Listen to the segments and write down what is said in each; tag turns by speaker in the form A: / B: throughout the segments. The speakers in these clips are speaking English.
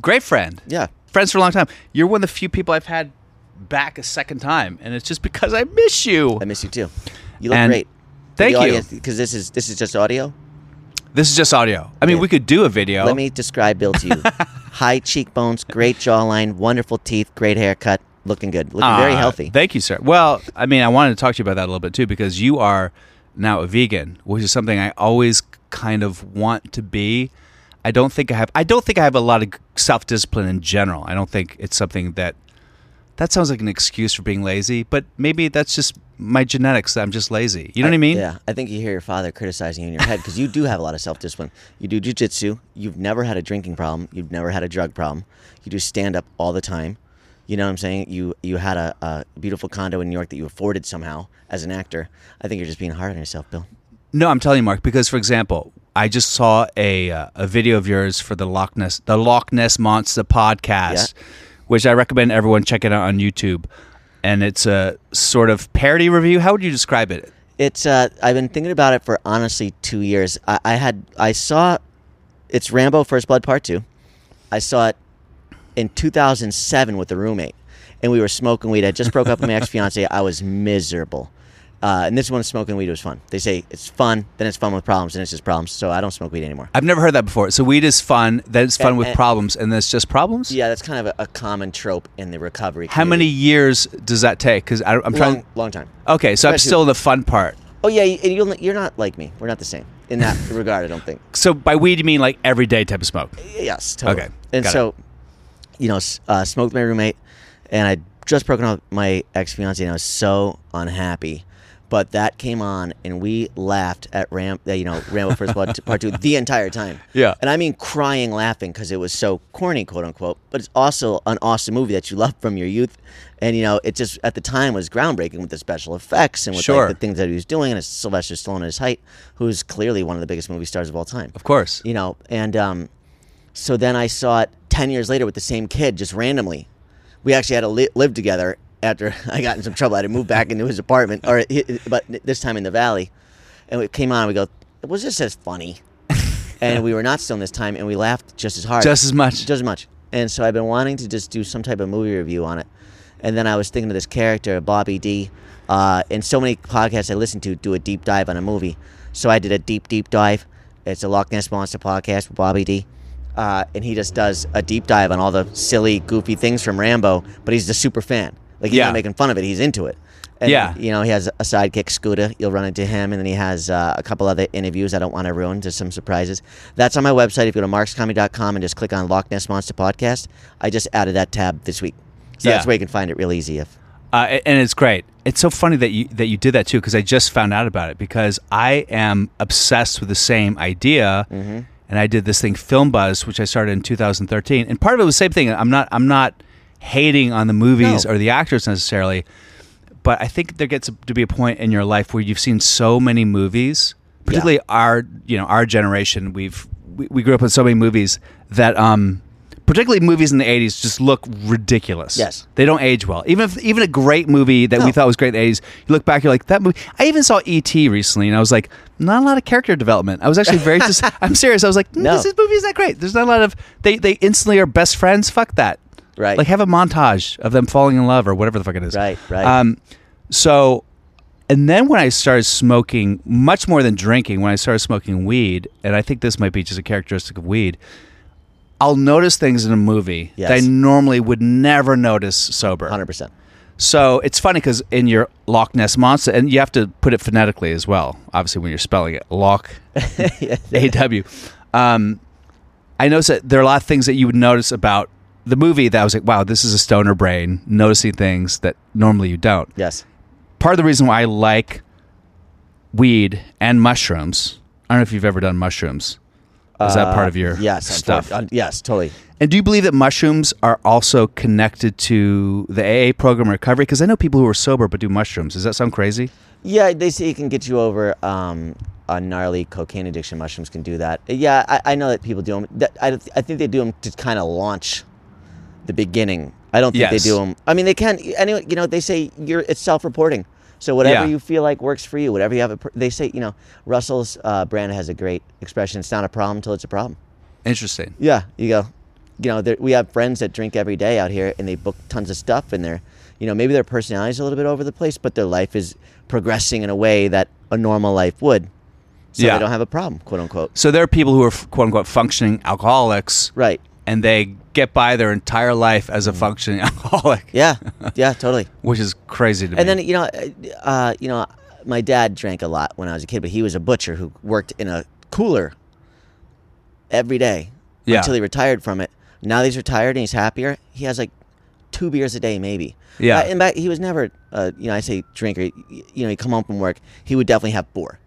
A: Great friend.
B: Yeah.
A: Friends for a long time. You're one of the few people I've had back a second time, and it's just because I miss you.
B: I miss you too. You look
A: And
B: great.
A: thank you.
B: Because this is this is just audio.
A: This is just audio. I mean,
B: Yeah.
A: we could do a video.
B: Let me describe Bill to you. High cheekbones, great jawline, wonderful teeth, great haircut, looking good, looking
A: Ah,
B: very healthy.
A: Thank you, sir. Well, I mean, I wanted to talk to you about that a little bit too, because you are now a vegan, which is something I always kind of want to be. I don't think I have. I don't think I have a lot of self discipline in general. I don't think it's something that. That sounds like an excuse for being lazy, but maybe that's just my genetics. I'm just lazy. You know what I mean?
B: Yeah, I think you hear your father criticizing you in your head because you do have a lot of self discipline. You do jujitsu. You've never had a drinking problem. You've never had a drug problem. You do stand up all the time. You know what I'm saying? You you had a, a beautiful condo in New York that you afforded somehow as an actor. I think you're just being hard on yourself, Bill.
A: No, I'm telling you, Mark, because for example, I just saw a uh, a video of yours for the Loch Ness the Loch Ness Monster podcast, which I recommend everyone check it out on YouTube. And it's a sort of parody review. How would you describe it?
B: It's uh, I've been thinking about it for honestly two years. I, I had I saw it's Rambo First Blood Part Two. I saw it in 2007 with a roommate, and we were smoking weed. I just broke up with my ex fiance. I was miserable. Uh, and this one smoking weed was fun. They say it's fun, then it's fun with problems, and it's just problems. So I don't smoke weed anymore.
A: I've never heard that before. So weed is fun, then it's fun
B: Uh,
A: with
B: uh,
A: problems, and then it's just problems.
B: Yeah, that's kind of a, a common trope in the recovery.
A: How many
B: community.
A: years does that take? Because I'm trying.
B: Long, long time.
A: okay, so I'm
B: Especially-
A: still in the fun part.
B: Oh yeah, you- and you'll, you're not like me. We're not the same in that regard. I don't think.
A: So by weed, you mean like everyday type of smoke?
B: Yes, totally.
A: Okay,
B: And
A: got it.
B: so, you know, s- uh, smoked with my roommate, and I just broken up with my ex fiance, and I was so unhappy. But that came on, and we laughed at Ram, uh, you know, Rambo First Blood Part Two the entire time.
A: Yeah.
B: and I mean crying, laughing because it was so corny, quote unquote. But it's also an awesome movie that you love from your youth, and you know, it just at the time was groundbreaking with the special effects and with
A: Sure.
B: like, the things that he was doing, and it's Sylvester Stallone at his height, who's clearly one of the biggest movie stars of all time
A: Of course.
B: you know and um, so then i saw it 10 years later with the same kid just randomly we actually had to li- live together after i got in some trouble i had to move back into his apartment or hi- but this time in the valley and it came on and we go was this as funny and we were not stoned this time and we laughed just as hard
A: Just as much.
B: just as much and so i've been wanting to just do some type of movie review on it and then i was thinking of this character bobby d uh, and so many podcasts i listen to do a deep dive on a movie so i did a deep deep dive it's a loch ness monster podcast with bobby d uh, and he just does a deep dive on all the silly goofy things from rambo but he's a super fan like he's
A: Yeah.
B: not making fun of it he's into it and,
A: Yeah.
B: you know, he has a sidekick, Scooter. You'll run into him. And then he has uh, a couple other interviews I don't want to ruin, just some surprises. That's on my website. If you go to markscomedy.com and just click on Loch Ness Monster Podcast, I just added that tab this week. So
A: Yeah.
B: that's where you can find it real easy. If
A: uh, a- and it's great. It's so funny that you that you did that too because I just found out about it because I am obsessed with the same idea, and I did this thing Film Buzz, which I started in 2013, and part of it was the same thing. I'm not I'm not hating on the movies
B: No.
A: or the actors necessarily, but I think there gets to be a point in your life where you've seen so many movies, particularly our you know our generation. We've we, we grew up with so many movies that um, particularly movies in the 80s just look ridiculous.
B: Yes.
A: They don't age well. Even if, even a great movie that we
B: No.
A: thought was great in the 80s, you look back, you're like, that movie. I even saw E.T. recently, and I was like, not a lot of character development. I was actually very, dis- I'm serious. I was like, mm,
B: No.
A: this, this movie is not great. There's not a lot of, they, they instantly are best friends. Fuck that.
B: Right.
A: Like, have a montage of them falling in love or whatever the fuck it is.
B: Right, right.
A: Um, so, and then when I started smoking, much more than drinking, when I started smoking weed, and I think this might be just a characteristic of weed, I'll notice things in a movie that I
B: Yes.
A: normally would never notice sober.
B: 100%.
A: So it's funny because in your Loch Ness monster, and you have to put it phonetically as well. Obviously, when you're spelling it, Loch A W. Um, I noticed that there are a lot of things that you would notice about the movie that I was like, wow, this is a stoner brain noticing things that normally you don't
B: Yes.
A: part of the reason why I like weed and mushrooms. I don't know if you've ever done mushrooms. Is that part of your
B: Uh, yes
A: stuff?
B: unfor- un- uh, yes, totally.
A: And do you believe that mushrooms are also connected to the AA program recovery? Because I know people who are sober but do mushrooms. Does that sound crazy?
B: Yeah, they say it can get you over um, a gnarly cocaine addiction. Mushrooms can do that. Uh, Yeah, I, I know that people do them. That, I, I think they do them to kind of launch the beginning. I don't think
A: Yes.
B: they do them. I mean, they can. Anyway, you know, they say you're it's self-reporting. So whatever
A: Yeah.
B: you feel like works for you, whatever you have, a, pr- they say. You know, Russell's uh, brand has a great expression. It's not a problem until it's a problem.
A: Interesting.
B: Yeah, you go. You know, there, we have friends that drink every day out here, and they book tons of stuff, and they're, you know, maybe their personality's a little bit over the place, but their life is progressing in a way that a normal life would. So
A: Yeah.
B: they don't have a problem, quote unquote.
A: So there are people who are quote unquote functioning alcoholics,
B: Right. Mm-hmm.
A: and they get by their entire life as a functioning alcoholic,
B: Yeah. Yeah. Totally.
A: which is crazy to me.
B: And then you know, uh, you know, my dad drank a lot when I was a kid, but he was a butcher who worked in a cooler every day
A: Yeah.
B: until he retired from it. Now that he's retired and he's happier. He has like two beers a day, maybe.
A: Yeah.
B: Uh, and back, he was never, uh, you know, I say drinker. Y- You know, he'd come home from work, he would definitely have four.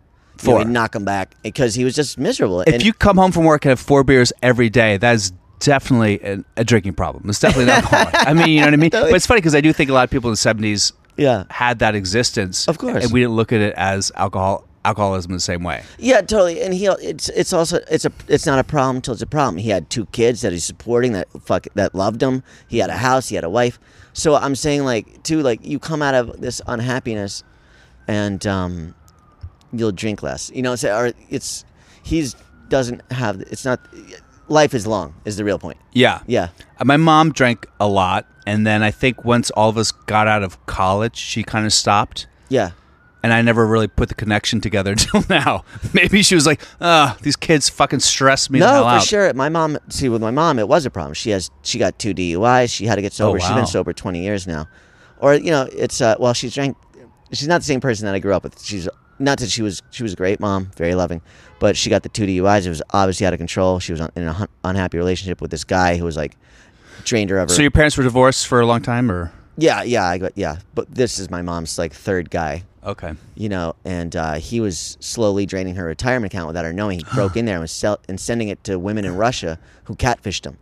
B: You know,
A: Four.
B: he'd knock him back because he was just miserable.
A: if
B: and,
A: you come home from work and have four beers every day, that is definitely an, a drinking problem. It's definitely not alcoholic. I mean, you know what I mean? But it's funny because I do think a lot of people in the seventies
B: yeah,
A: had that existence,
B: Of course.
A: and we didn't look at it as alcohol alcoholism the same way.
B: Yeah, totally. And he it's it's also it's a it's not a problem till it's a problem. He had two kids that he's supporting that fuck that loved him. He had a house. He had a wife. So I'm saying like too like you come out of this unhappiness, and um, you'll drink less. You know, so, or it's he's doesn't have it's not life is long is the real point.
A: Yeah. Uh,
B: Yeah.
A: My mom drank a lot, and then I think once all of us got out of college, she kind of stopped.
B: Yeah.
A: And I never really put the connection together until now. Maybe she was like, "Ah, these kids fucking stress me the
B: No,
A: hell
B: for
A: out."
B: sure. My mom, see, with my mom, it was a problem. She has, she got two DUIs. She had to get sober. She's
A: Oh, wow.
B: been sober twenty years now, or you know, it's uh, well, she's drank. She's not the same person that I grew up with. She's not that she was, she was a great mom, very loving, but she got the two DUIs. It was obviously out of control. She was un- in an un- unhappy relationship with this guy who was like drained her of her.
A: So your parents were divorced for a long time, or
B: yeah, yeah, I got yeah. But this is my mom's like third guy
A: okay,
B: you know, and uh, he was slowly draining her retirement account without her knowing. He broke in there and was sell- and sending it to women in Russia who catfished him.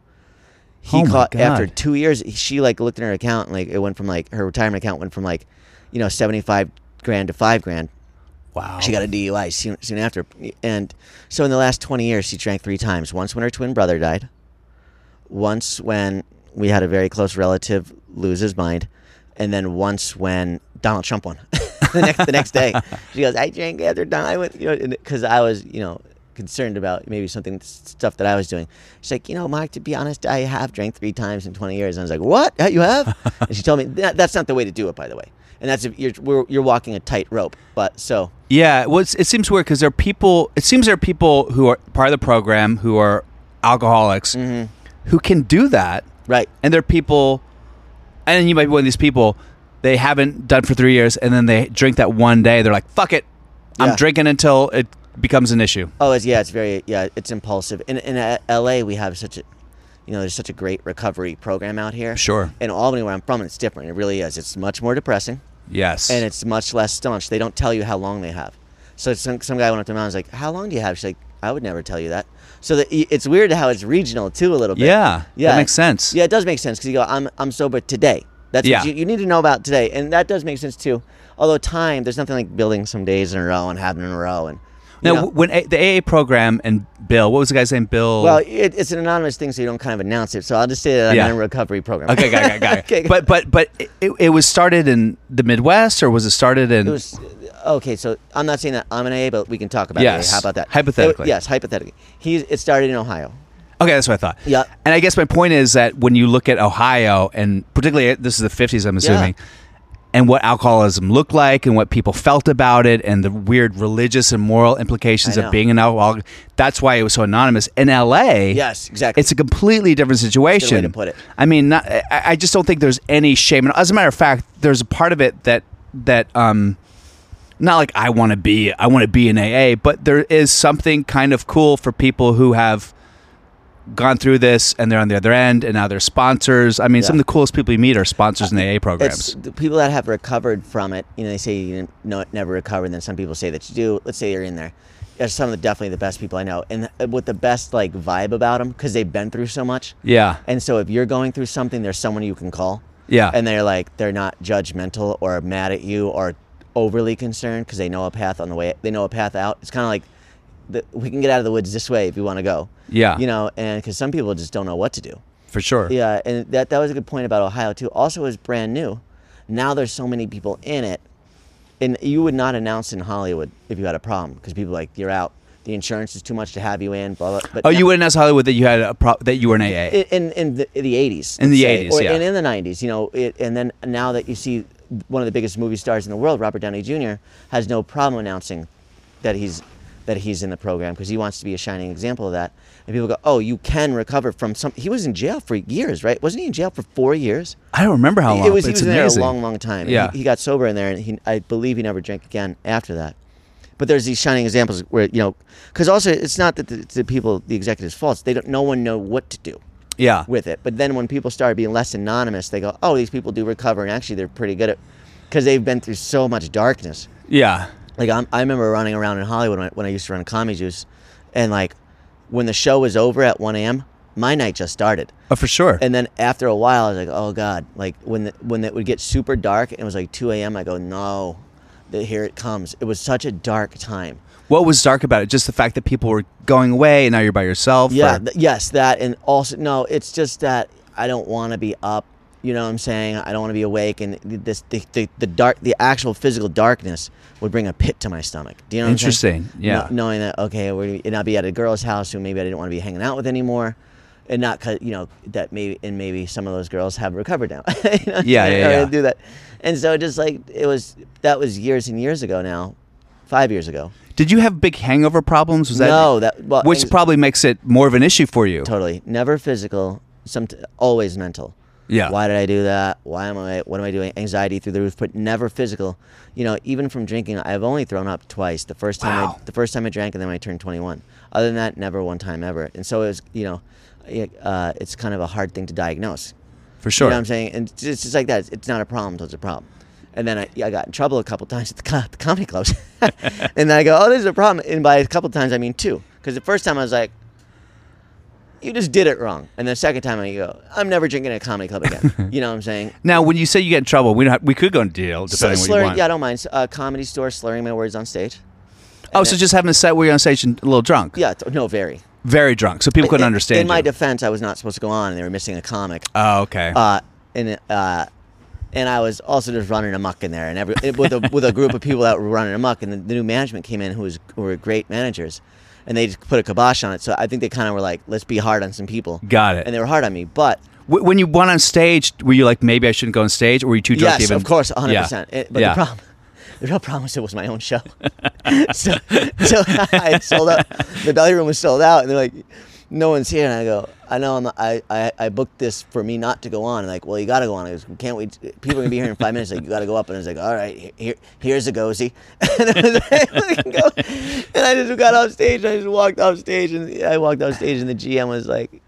B: He
A: Oh my
B: caught after
A: God.
B: two years. She like looked in her account and like it went from like her retirement account went from like, you know, seventy five grand to five grand.
A: wow,
B: She got a DUI soon, soon after, and so in the last twenty years, she drank three times. Once when her twin brother died, once when we had a very close relative lose his mind, and then once when Donald Trump won. the next the next day, she goes, "I drank after Donald." I went, you know, because I was, you know, concerned about maybe something stuff that I was doing. She's like, you know, Mark, to be honest, I have drank three times in 20 years. And I was like, "What? How You have?" and she told me that, that's not the way to do it, by the way. And that's if you're we're, you're walking a tightrope. But so
A: yeah. Well, it's, it seems weird because there are people. It seems there are people who are part of the program who are alcoholics
B: Mm-hmm.
A: who can do that,
B: right,
A: and there are people, and you might be one of these people. They haven't done for three years, and then they drink that one day. They're like, "Fuck it, I'm
B: Yeah.
A: drinking until it becomes an issue."
B: Oh, it's, yeah, it's very yeah, it's impulsive. In in uh, L.A., we have such a, you know, there's such a great recovery program out here.
A: Sure.
B: In Albany, where I'm from, it's different. It really is. It's much more depressing,
A: Yes,
B: and it's much less staunch. They don't tell you how long they have. So some some guy went up to me and was like, "How long do you have?" She's like, "I would never tell you that." So that it's weird how it's regional too a little bit.
A: Yeah, that makes sense.
B: Yeah, it does make sense because you go, "I'm I'm sober today." That's
A: Yeah.
B: what you, you need to know about today, and that does make sense too. Although time, there's nothing like building some days in a row and having in a row and. you
A: Now,
B: know.
A: when a- the AA program and Bill, what was the guy's name? Bill.
B: Well, it, it's an anonymous thing, so you don't kind of announce it. So I'll just say that I'm
A: Yeah.
B: in a recovery program.
A: okay, got it, got it, got it.
B: Okay, got
A: But but but it, it was started in the Midwest, or was it started in?
B: It was- okay, so I'm not saying that I'm an AA, but we can talk about
A: Yes.
B: it. How about that?
A: Hypothetically.
B: It- yes, hypothetically. He, it started in Ohio.
A: okay, that's what I thought.
B: Yeah.
A: And I guess my point is that when you look at Ohio, and particularly uh, this is the fifties, I'm assuming. And what alcoholism looked like, and what people felt about it, and the weird religious and moral implications
B: I
A: of
B: know.
A: being an alcoholic. That's why it was so anonymous. In LA,
B: Yes, exactly.
A: it's a completely different situation.
B: Good way to put it.
A: I mean, not, I, I just don't think there's any shame. And as a matter of fact, there's a part of it that that um, not like I want to be, I want to be an AA, but there is something kind of cool for people who have gone through this and they're on the other end and now they're sponsors. I mean, some of the coolest people you meet are sponsors in the AA
B: Uh, It's
A: programs.
B: the people that have recovered from it. You know, they say you didn't know it, never recovered. And then some people say that you do. Let's say you're in there, are some of the definitely the best people I know, and with the best like vibe about them because they've been through so much.
A: Yeah.
B: And so if you're going through something, there's someone you can call.
A: Yeah.
B: And they're like they're not judgmental or mad at you or overly concerned because they know a path on the way. They know a path out. It's kind of like the, we can get out of the woods this way if you want to go.
A: Yeah.
B: You know, and because some people just don't know what to do.
A: for sure.
B: Yeah, and that that was a good point about Ohio too. Also, it was brand new. Now there's so many people in it, and you would not announce in Hollywood if you had a problem because people are like you're out. The insurance is too much to have you in. Blah blah. But
A: Oh,
B: now-
A: you wouldn't ask Hollywood that you had a pro- that you were an AA.
B: in in, in the in the eighties.
A: In the 80s,
B: or
A: yeah.
B: and in the nineties. You know, it, and then now that you see one of the biggest movie stars in the world, Robert Downey Jr. has no problem announcing that he's that he's in the program because he wants to be a shining example of that. And people go, "Oh, you can recover from some." He was in jail for years, right? Wasn't he in jail for four years?
A: I don't remember how long.
B: it was
A: but
B: he
A: it's
B: was in there a
A: amazing.
B: long, long time. And
A: Yeah.
B: he, he got sober in there, and he, I believe he never drank again after that. But there's these shining examples where you know, because also it's not that the, the people, the executives' faults. They don't. No one know what to do
A: yeah.
B: with it. But then when people start being less anonymous, they go, "Oh, these people do recover, and actually they're pretty good at," because they've been through so much darkness.
A: yeah.
B: Like I'm, I remember running around in Hollywood when I, when I used to run Comedy Juice, and like when the show was over at 1 a.m., my night just started.
A: Oh, for sure.
B: And then after a while, I was like, "Oh God!" Like when the, when it would get super dark, and it was like 2 a.m. I go, "No, th- here it comes." It was such a dark time.
A: what was dark about it? Just the fact that people were going away, and now you're by yourself.
B: Yeah.
A: or-
B: th- yes, that, and also no. It's just that I don't want to be up. You know what I'm saying? I don't want to be awake, and th- this the, the, the dark, the actual physical darkness would bring a pit to my stomach. Do you know? What I'm
A: Interesting,
B: saying?
A: yeah.
B: Kno- knowing that okay, we're gonna be, and I'll be at a girl's house who maybe I didn't want to be hanging out with anymore. And not, 'cause, you know, that maybe, and maybe some of those girls have recovered now. You know what I'm
A: Yeah,
B: saying?
A: yeah,
B: Or
A: yeah.
B: Do that, and so just like it was, that was years and years ago now, five years ago.
A: Did you have big hangover problems? Was that
B: No, that- well,
A: which
B: anx-
A: probably makes it more of an issue for you.
B: Totally. Never physical. Some always mental.
A: Yeah.
B: Why did I do that? Why am I? What am I doing? Anxiety through the roof, but never physical. You know, even from drinking, I've only thrown up twice. The first time,
A: Wow.
B: I, the first time I drank, and then when I turned 21. Other than that, never one time ever. And so it was, you know, it, uh, it's kind of a hard thing to diagnose.
A: For sure.
B: You know what I'm saying? And it's just, it's like that. It's, it's not a problem until it's a problem. And then I, I got in trouble a couple times at the, co- the comedy clubs. and then I go, oh, this is a problem. And by a couple times, I mean two. Because the first time I was like, you just did it wrong. And the second time I go, I'm never drinking at a comedy club again. you know what I'm saying?
A: now, when you say you get in trouble, we don't have, we could go into jail depending on what you
B: slurring,
A: want.
B: yeah, I don't mind. S- Uh, comedy store, slurring my words on stage.
A: oh, so just having a set where you're on stage and a little drunk.
B: Yeah, t- no, very.
A: Very drunk, so people couldn't
B: In-
A: understand.
B: In my
A: you.
B: defense, I was not supposed to go on, and they were missing a comic.
A: oh, okay.
B: uh, and uh, and I was also just running amok in there, and every with a with a group of people that were running amok, and the, the new management came in who was who were great managers, and they just put a kibosh on it. So I think they kind of were like, let's be hard on some people.
A: Got it.
B: And they were hard on me, but
A: Wh- when you went on stage, were you like, maybe I shouldn't go on stage, or were you too drunk?
B: yes,
A: to even,
B: of course, one hundred
A: Yeah.
B: percent. But
A: yeah.
B: the problem. The real problem was it was my own show, so, so I had sold out. The belly room was sold out, and they're like, "No one's here." And I go, "I know. I'm. Not, I, I I booked this for me not to go on." And like, well, you got to go on. I go, "Can't wait. People are gonna be here in five minutes. Like, you got to go up." And I was like, "All right, here, here here's a gozy." And, I was like, go. and I just got off stage. And I just walked off stage, and I walked off stage, and the GM was like,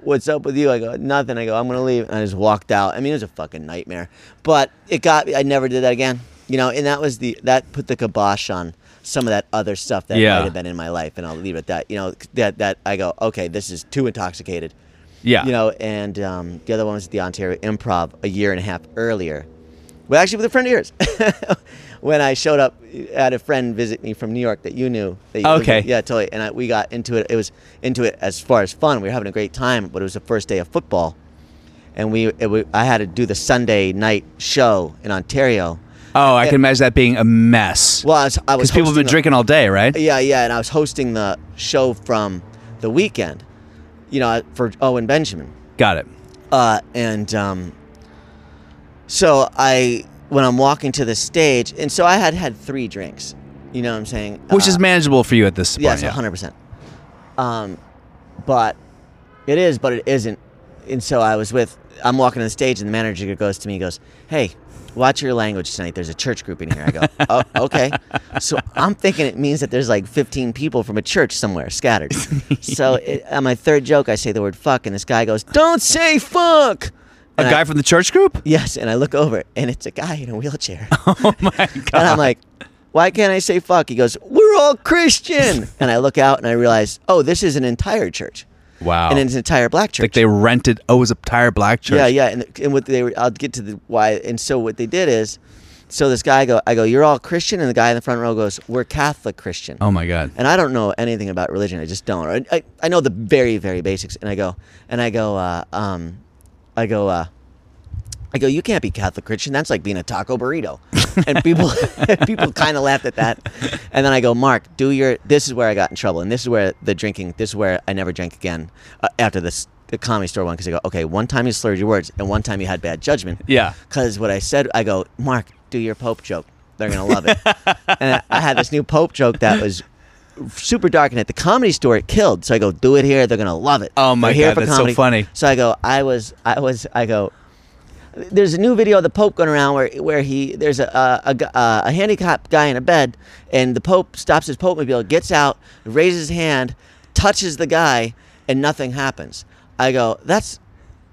B: what's up with you? I go, nothing. I go, I'm gonna leave, and I just walked out. I mean, it was a fucking nightmare, but it got. I never did that again. You know, and that was the that put the kibosh on some of that other stuff that
A: Yeah.
B: might have been in my life, and I'll leave it at that. You know, that that I go, okay, this is too intoxicated.
A: Yeah.
B: You know, and um, the other one was at the Ontario Improv a year and a half earlier. Well, actually, with a friend of yours, when I showed up, I had a friend visit me from New York that you knew. That you
A: Okay.
B: yeah, totally. And I, we got into it. It was into it as far as fun. We were having a great time, but it was the first day of football, and we, it, wa- I had to do the Sunday night show in Ontario.
A: Oh, I can imagine that being a mess.
B: Well, I was, I
A: because
B: was
A: people have
B: hosting
A: been
B: the-
A: drinking all day, right?
B: yeah, yeah, and I was hosting the show from the weekend, you know, for Owen Benjamin.
A: Got it.
B: Uh, and um, so I, when I'm walking to the stage, and so I had had three drinks. You know what I'm saying?
A: Which
B: Uh,
A: is manageable for you at this point.
B: yes,
A: yeah.
B: 100. percent Um, but it is, but it isn't. And so I was with. I'm walking on the stage, and the manager goes to me, he goes, "Hey, watch your language tonight. There's a church group in here." I go, "Oh, okay." So I'm thinking it means that there's like 15 people from a church somewhere scattered. so it, on my third joke, I say the word "fuck," and this guy goes, "Don't say fuck."
A: A
B: And I-
A: guy from the church group?
B: Yes, and I look over, and it's a guy in a wheelchair,
A: Oh my god!
B: and I'm like, why can't I say fuck? He goes, we're all Christian. and I look out and I realize, oh, this is an entire church.
A: Wow.
B: And it's an entire black church.
A: like they rented. Oh, it was a tire black church.
B: Yeah, yeah, and, and what they were, I'll get to the why. And so what they did is, so this guy go, I go, you're all Christian, and the guy in the front row goes, we're Catholic Christian.
A: Oh my god.
B: And I don't know anything about religion. I just don't. I, I, I know the very very basics. And I go, and I go, uh, um, I go, uh, I go, you can't be Catholic Christian. That's like being a taco burrito. And people people kind of laughed at that. And then I go, Mark, do your. This is where I got in trouble, and this is where the drinking. This is where I never drank again uh, after this. The comedy store one because I go okay. One time you slurred your words, and one time you had bad judgment.
A: Yeah.
B: Because what I said, I go, Mark, do your Pope joke. They're gonna love it. and I had this new Pope joke that was super dark, and at the comedy store it killed. So I go, do it here. They're gonna love it.
A: Oh my
B: They're here
A: God,
B: for
A: that's so
B: comedy."
A: funny.
B: So I go, I was, I was, I go. There's a new video of the Pope going around where where he there's a a, a, gu- uh, a handicapped guy in a bed, and the Pope stops his Pope mobile, gets out, raises his hand, touches the guy, and nothing happens. I go, that's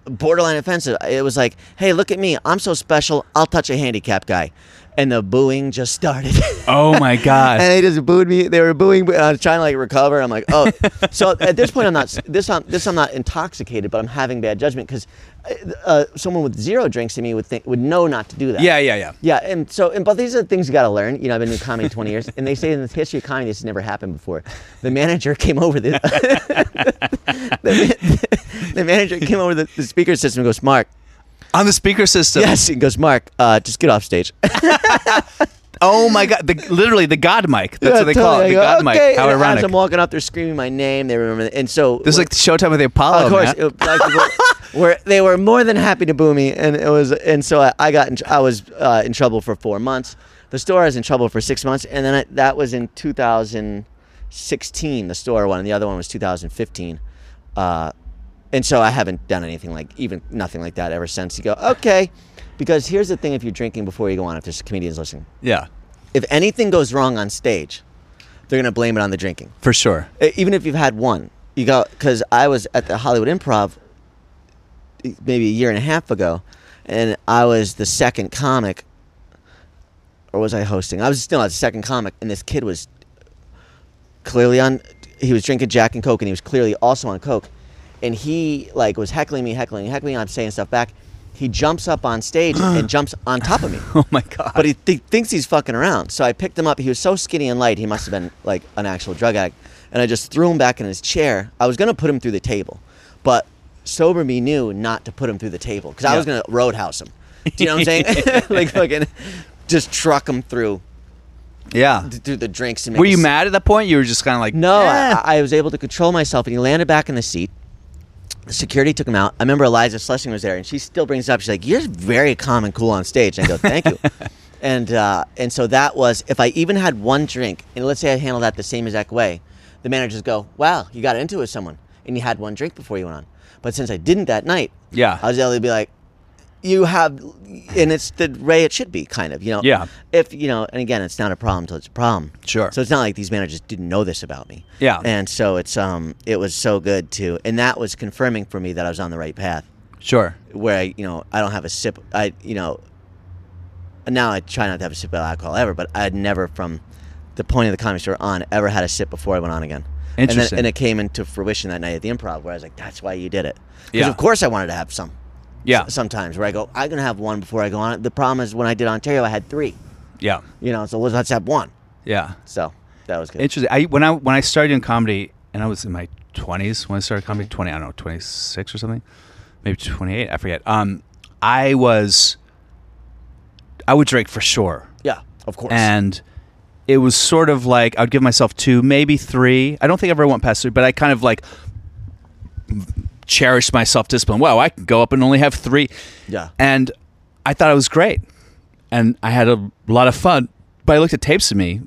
B: borderline offensive. It was like, hey, look at me, I'm so special, I'll touch a handicapped guy, and the booing just started.
A: Oh my
B: and
A: god.
B: they just booed me. They were booing, but I was trying to like recover. I'm like, oh. so at this point, I'm not this. I'm this. I'm not intoxicated, but I'm having bad judgment because uh, someone with zero drinks to me would think would know not to do that.
A: yeah, yeah, yeah.
B: Yeah, and so, and, but these are the things you got to learn. You know, I've been doing comedy 20 years, and they say in the history of comedy, this has never happened before. The manager came over the, the, ma- the manager came over the, the speaker system and goes, Mark,
A: On the speaker system.
B: yes, and goes, Mark, uh, just get off stage.
A: Oh my god. The, literally the god mic. That's what they call it. The
B: Totally.
A: god
B: I go,
A: mic.
B: okay.
A: How
B: and As
A: ironic.
B: I'm walking up, they're screaming my name. They remember, and so
A: This is like the Showtime with the Apollo.
B: of course,
A: man.
B: it, black people were they were more than happy to boo me, and it was, and so I, I got in, tr- I was uh, in trouble for four months. The store I was in trouble for six months, and then I, that was in 2016. The store one, and the other one was 2015. Uh, and so I haven't done anything like even nothing like that ever since. You go okay, because here's the thing: if you're drinking before you go on, if there's comedians listening,
A: Yeah,
B: if anything goes wrong on stage, they're gonna blame it on the drinking E,
A: for sure.
B: even if you've had one you go because i was at the hollywood improv e, maybe a year and a half ago and i was the second comic or was i hosting i was still the second comic and this kid was clearly on he was drinking jack and coke and he was clearly also on coke and he like was heckling me heckling heckling i'm saying stuff back he jumps up on stage and jumps on top of me
A: Oh my god.
B: but he th- thinks he's fucking around. So I picked him up. He was so skinny and light, he must have been like an actual drug addict. And I just threw him back in his chair. I was gonna put him through the table, but sober me knew not to put him through the table because I was gonna roadhouse him. Do you know what I'm saying? like fucking, just truck him through
A: yeah.
B: through the drinks and. Make
A: Were
B: a
A: you
B: scene.
A: mad at that point? You were just kind of like,
B: No,
A: "Eh."
B: I, I was able to control myself, and he landed back in the seat. Security took him out. I remember Eliza Schlesing was there, and she still brings it up. She's like, "You're very calm and cool on stage." And I go, "Thank you." and uh, and so that was if I even had one drink, and let's say I handled that the same exact way, the managers go, "Wow, you got into it with someone, and you had one drink before you went on." But since I didn't that night,
A: Yeah.
B: I was able to be like, "You have," and it's the way it should be, kind of, you know.
A: Yeah.
B: If you know, and again, it's not a problem till it's a problem.
A: Sure.
B: So it's not like these managers didn't know this about me.
A: Yeah.
B: And so it's um it was so good to and that was confirming for me that I was on the right path.
A: sure.
B: Where I you know, I don't have a sip I you know now I try not to have a sip of alcohol ever, but I had never from the point of the comedy store on ever had a sip before I went on again. And,
A: Interesting.
B: then, and it came into fruition that night at the improv where I was like, That's why you did it. Because
A: Yeah.
B: of course I wanted to have some.
A: Yeah.
B: Sometimes where I go, I'm gonna have one before I go on. The problem is when I did Ontario I had three.
A: Yeah.
B: You know, so let's have one.
A: Yeah.
B: So that was good.
A: Interesting. I when I when I started in comedy, and I was in my twenties when I started comedy, twenty I don't know, twenty six or something, maybe twenty eight. I forget. Um, I was, I would drink for sure,
B: Yeah, of course.
A: and it was sort of like I'd give myself two, maybe three. I don't think I ever went past three, but I kind of like cherished my self discipline. Wow, I can go up and only have three.
B: yeah.
A: and I thought it was great, and I had a lot of fun. But I looked at tapes of me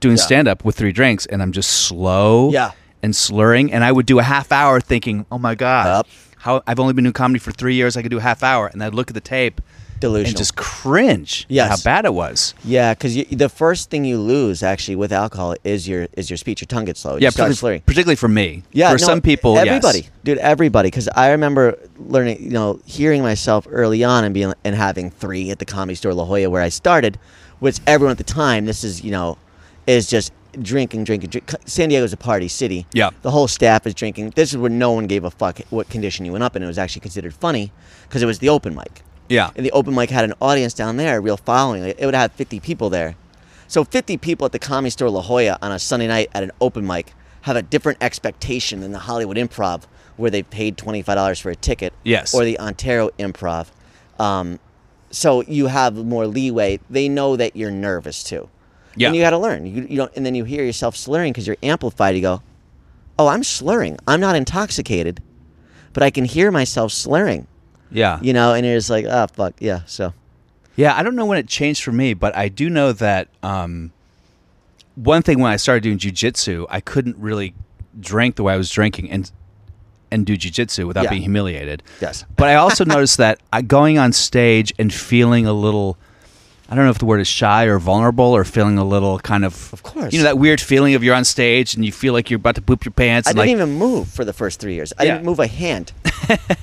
A: doing
B: Yeah.
A: stand up with three drinks, and I'm just slow,
B: Yeah.
A: and slurring. And I would do a half hour, thinking, "Oh my god,
B: Yep.
A: how I've only been doing comedy for three years. I could do a half hour." And I'd look at the tape and
B: Delusional.
A: just cringe. at
B: Yes.
A: how bad it was.
B: yeah, because the first thing you lose actually with alcohol is your is your speech. Your tongue gets slow. You start
A: particularly,
B: slurring.
A: particularly for me.
B: Yeah,
A: for
B: no,
A: some people, yes.
B: everybody, dude, everybody. Because I remember learning, you know, hearing myself early on and being and having three at the comedy store La Jolla where I started, which everyone at the time, this is you know, is just drinking, drinking, drink. San Diego's a party city.
A: Yeah.
B: The whole staff is drinking. This is where no one gave a fuck what condition you went up in. It was actually considered funny because it was the open mic.
A: Yeah.
B: And the open mic had an audience down there, a real following. It would have 50 people there. So 50 people at the Comedy Store La Jolla on a Sunday night at an open mic have a different expectation than the Hollywood Improv, where they paid $25 for a ticket.
A: Yes.
B: Or the Ontario Improv. Um, so you have more leeway. They know that you're nervous too.
A: Yeah.
B: And you got to learn. You, you don't, and then you hear yourself slurring because you're amplified. You go, oh, I'm slurring. I'm not intoxicated, but I can hear myself slurring
A: yeah.
B: you know, and you're just like, ah, fuck, yeah. So
A: Yeah, I don't know when it changed for me, but I do know that um, one thing when I started doing jujitsu, I couldn't really drink the way I was drinking and and do jujitsu without
B: Yeah.
A: being humiliated.
B: Yes.
A: But I also noticed that I, going on stage and feeling a little. I don't know if the word is shy or vulnerable or feeling a little kind of, of
B: course.
A: you know, that weird feeling of you're on stage and you feel like you're about to poop your pants.
B: I
A: and
B: didn't
A: like,
B: even move for the first three years. I
A: Yeah.
B: didn't move a hand.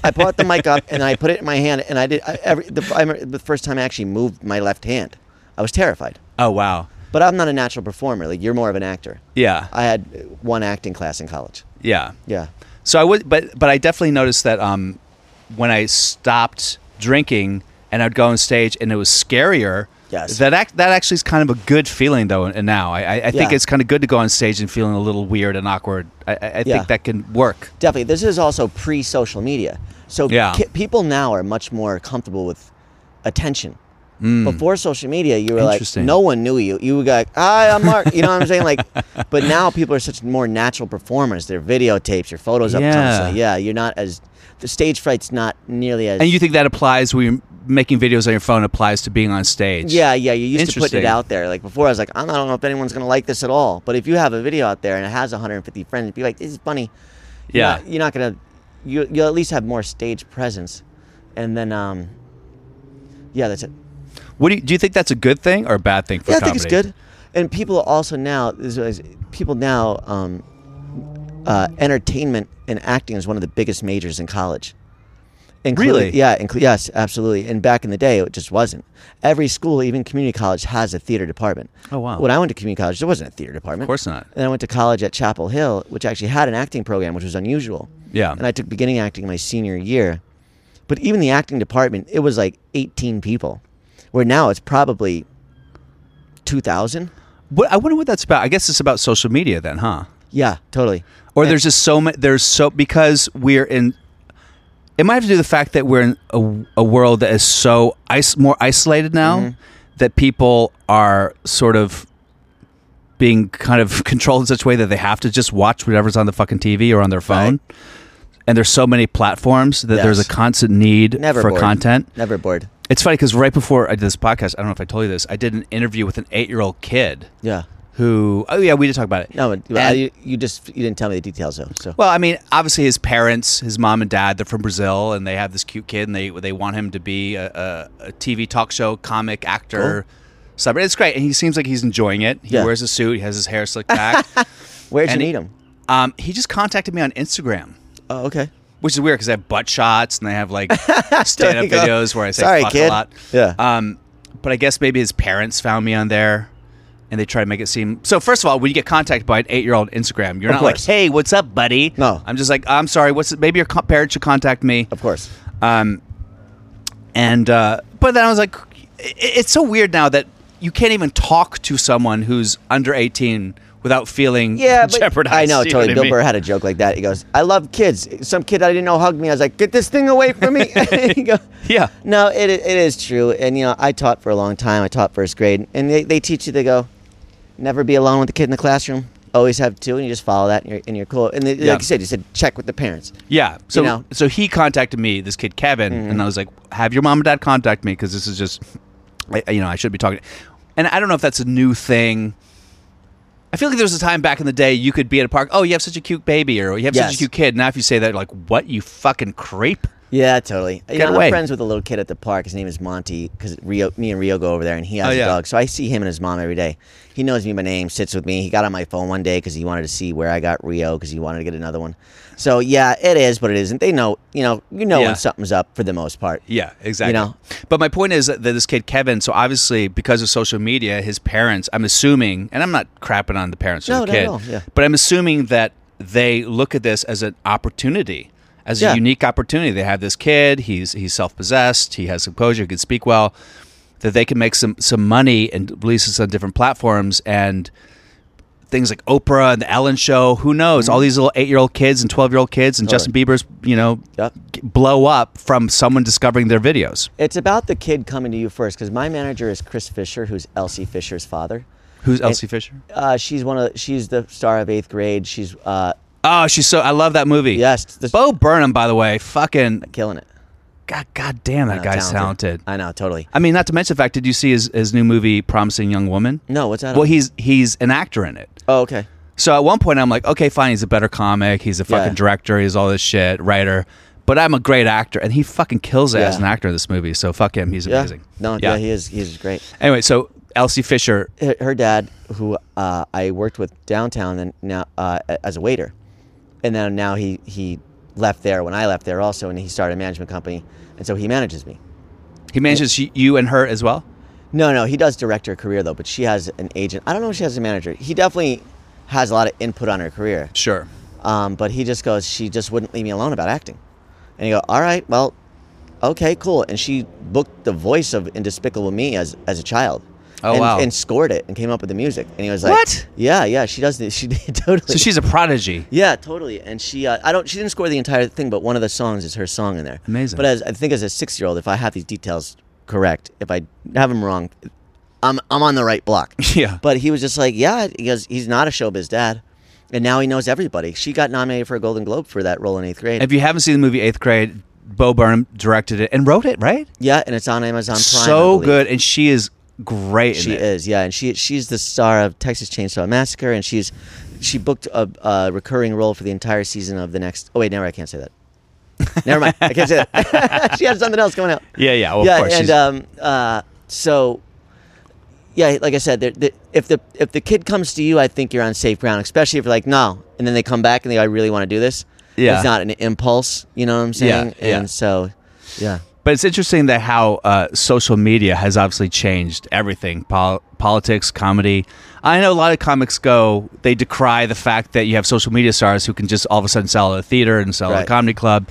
B: I brought the mic up and I put it in my hand, and I did I, every the, I, remember the first time I actually moved my left hand. I was terrified,
A: oh wow,
B: but I'm not a natural performer. Like you're more of an actor.
A: yeah,
B: I had uh, one acting class in college.
A: yeah.
B: Yeah,
A: So I would, but but I definitely noticed that um, when I stopped drinking and I'd go on stage and it was scarier.
B: Yes.
A: That act, that actually is kind of a good feeling though. And now I I, I think
B: Yeah.
A: it's kind of good to go on stage and feeling a little weird and awkward. I, I, I
B: Yeah.
A: think that can work.
B: definitely. This is also pre-social media, so
A: Yeah.
B: ki- people now are much more comfortable with attention. Before social media, you were like,
A: Hmm. Interesting.
B: no one knew you. You were like, hi, I'm Mark. You know what I'm saying? Like, but now people are such more natural performers. Their videotapes, your photos up
A: Yeah.
B: constantly. Yeah, you're not as the stage fright's not nearly as.
A: And you think that applies when you're making videos on your phone applies to being on stage?
B: yeah, yeah, you used to put it
A: Interesting.
B: out there. Like before, I was like, I don't know if anyone's gonna like this at all. But if you have a video out there and it has 150 friends, be like, this is funny. You're
A: Yeah.
B: not- you're not gonna. You you'll at least have more stage presence, and then um. Yeah, that's it.
A: What do you, do you think that's a good thing or a bad thing for
B: yeah,
A: comedy?
B: I think it's good. And people also now, this is- people now, um, uh, entertainment and acting is one of the biggest majors in college. Including-
A: Really?
B: Yeah. Inclu- yes, absolutely. And back in the day, it just wasn't. Every school, even community college, has a theater department.
A: Oh, wow.
B: When I went to community college, there wasn't a theater department.
A: Of course not.
B: And I went to college at Chapel Hill, which actually had an acting program, which was unusual.
A: Yeah.
B: And I took beginning acting my senior year. But even the acting department, it was like 18 people, where now it's probably 2,000.
A: What, I wonder what that's about. I guess it's about social media then, huh?
B: Yeah, totally.
A: or there's just so many there's so because we're in it might have to do with the fact that we're in a, a world that is so is, more isolated now
B: Mm-hmm.
A: that people are sort of being kind of controlled in such a way that they have to just watch whatever's on the fucking TV or on their phone. And there's so many platforms that there's a
B: Yes.
A: constant need
B: Never
A: for
B: bored.
A: content.
B: Never bored.
A: It's funny because right before I did this podcast, I don't know if I told you this, I did an interview with an eight year old kid
B: Yeah.
A: who, oh yeah, we did talk about it.
B: No,
A: And-
B: I, you, you just you didn't tell me the details though. So
A: well, I mean, obviously his parents, his mom and dad, they're from Brazil, and they have this cute kid, and they they want him to be a, a, a TV talk show comic actor. So It's great, and he seems like he's enjoying it. He
B: Yeah.
A: wears a suit, he has his hair slicked back.
B: where'd you
A: and
B: meet
A: it-
B: him?
A: um, he just contacted me on Instagram,
B: Oh, okay.
A: which is weird because they have butt shots and they have like stand up
B: you go.
A: videos where I say
B: Sorry,
A: fuck
B: kid.
A: a lot.
B: Yeah.
A: Um, but I guess maybe his parents found me on there. And they try to make it seem so. First of all, when you get contacted by an eight-year-old Instagram, you're
B: Of
A: not
B: course.
A: like, "Hey, what's up, buddy?"
B: No.
A: I'm just like, "I'm sorry. What's maybe your co- parent should contact me."
B: Of course.
A: And uh, but then I was like, i- "It's so weird now that you can't even talk to someone who's under 18 without feeling
B: Yeah, but
A: jeopardized."
B: I know
A: You what
B: totally. Bill
A: mean?
B: Burr had a joke like that. He goes, "I love kids." Some kid I didn't know hugged me. I was like, "Get this thing away from me!" He go-
A: Yeah.
B: No, it it is true. And you know, I taught for a long time. I taught first grade, and they, they teach you. They go, "Never be alone with the kid in the classroom. Always have two, and you just follow that, and you're and you're cool." And they,
A: Yeah.
B: like you said, you said check with the parents.
A: Yeah. So
B: You know? Mm-hmm.
A: so he contacted me, this kid Kevin, and I was like, "Have your mom and dad contact me because this is just, I, I- you know, I should be talking." And I don't know if that's a new thing. I feel like there was a time back in the day you could be at a park. Oh, you have such a cute baby, or you have such
B: Yes.
A: a cute kid. Now, if you say that, like, what you fucking creep?
B: Yeah, totally. You
A: Get
B: know,
A: away.
B: I'm friends with a little kid at the park. His name is Monty because Rio, me and Rio go over there, and he has
A: Oh, yeah.
B: a dog. So I see him and his mom every day. He knows me by name, sits with me. He got on my phone one day because he wanted to see where I got Rio because he wanted to get another one. So yeah, it is what it isn't. They know, you know, you know
A: Yeah.
B: when something's up for the most part.
A: Yeah, exactly.
B: know?
A: But my point is that this kid Kevin, so obviously because of social media, his parents, I'm assuming, and I'm not crapping on the parents
B: No,
A: of the
B: not at
A: kid,
B: all, yeah.
A: but I'm assuming that they look at this as an opportunity, as
B: Yeah.
A: a unique opportunity. They have this kid, he's he's self-possessed, he has composure, he can speak well, that they can make some some money and release this on different platforms and things like Oprah and the Ellen Show. Who knows?
B: Mm-hmm.
A: All these little eight-year-old kids and twelve-year-old kids and Justin Bieber's, you know,
B: Yep.
A: g- blow up from someone discovering their videos.
B: It's about the kid coming to you first because my manager is Chris Fisher, who's Elsie Fisher's father.
A: Who's Elsie Fisher?
B: Uh, she's one of she's the star of eighth grade. She's uh,
A: Oh, she's so. I love that movie.
B: yes, the,
A: Bo Burnham, by the way, fucking
B: killing it.
A: god, god damn, that
B: Uh,
A: guy's talented.
B: I know, totally.
A: I mean, not to mention the fact, did you see his, his new movie, Promising Young Woman?
B: No, what's that?
A: Well,
B: on?
A: he's he's an actor in it.
B: Oh, okay.
A: So at one point, I'm like, okay, fine, he's a better comic, he's a fucking
B: Yeah.
A: director, he's all this shit, writer, but I'm a great actor, and he fucking kills it as
B: Yeah.
A: an actor in this movie. So fuck him, he's
B: Yeah.
A: amazing.
B: No, yeah, he is. He's great.
A: Anyway, so Elsie Fisher,
B: her, her dad, who uh, I worked with downtown, and now uh, a- as a waiter, and then now he he left there when I left there also, and he started a management company, and so he manages me.
A: he manages y- you and her as well.
B: No, no, he does direct her career though, but she has an agent. I don't know if she has a manager. He definitely has a lot of input on her career.
A: Sure.
B: Um, but he just goes, she just wouldn't leave me alone about acting. And you go, all right, well, okay, cool. And she booked the voice of In Despicable Me as, as a child.
A: Oh,
B: and,
A: wow.
B: And scored it and came up with the music. And he was like,
A: What?
B: Yeah, yeah, she does this. She did totally.
A: So she's a prodigy.
B: Yeah, totally. And she, uh, I don't, she didn't score the entire thing, but one of the songs is her song in there.
A: Amazing.
B: But as I think, as a six-year-old, if I have these details correct, if I have them wrong, I'm I'm on the right block.
A: Yeah.
B: But he was just like, yeah, because he's not a showbiz dad, and now he knows everybody. She got nominated for a Golden Globe for that role in eighth grade.
A: If you haven't seen the movie Eighth Grade, Bo Burnham directed it and wrote it, right?
B: yeah, and it's on Amazon Prime. I
A: so
B: believe.
A: good, and she is great.
B: She
A: in it.
B: is, yeah, and she she's the star of Texas Chainsaw Massacre, and she's she booked a, a recurring role for the entire season of the next. Oh wait, never, I can't say that. Never mind, I can't say that. she has something else coming out.
A: Yeah, yeah, well, of
B: yeah,
A: course,
B: and
A: she's-
B: um, uh, so yeah, like I said, there- there- if the if the kid comes to you, I think you're on safe ground, especially if you're like no, and then they come back and they go, I really want to do this.
A: Yeah.
B: it's not an impulse, you know what I'm
A: Yeah,
B: saying?
A: yeah.
B: And so, yeah.
A: But it's interesting that how uh, social media has obviously changed everything pol- politics, comedy. I know a lot of comics go, they decry the fact that you have social media stars who can just all of a sudden sell at a theater and sell at a
B: Right.
A: comedy club.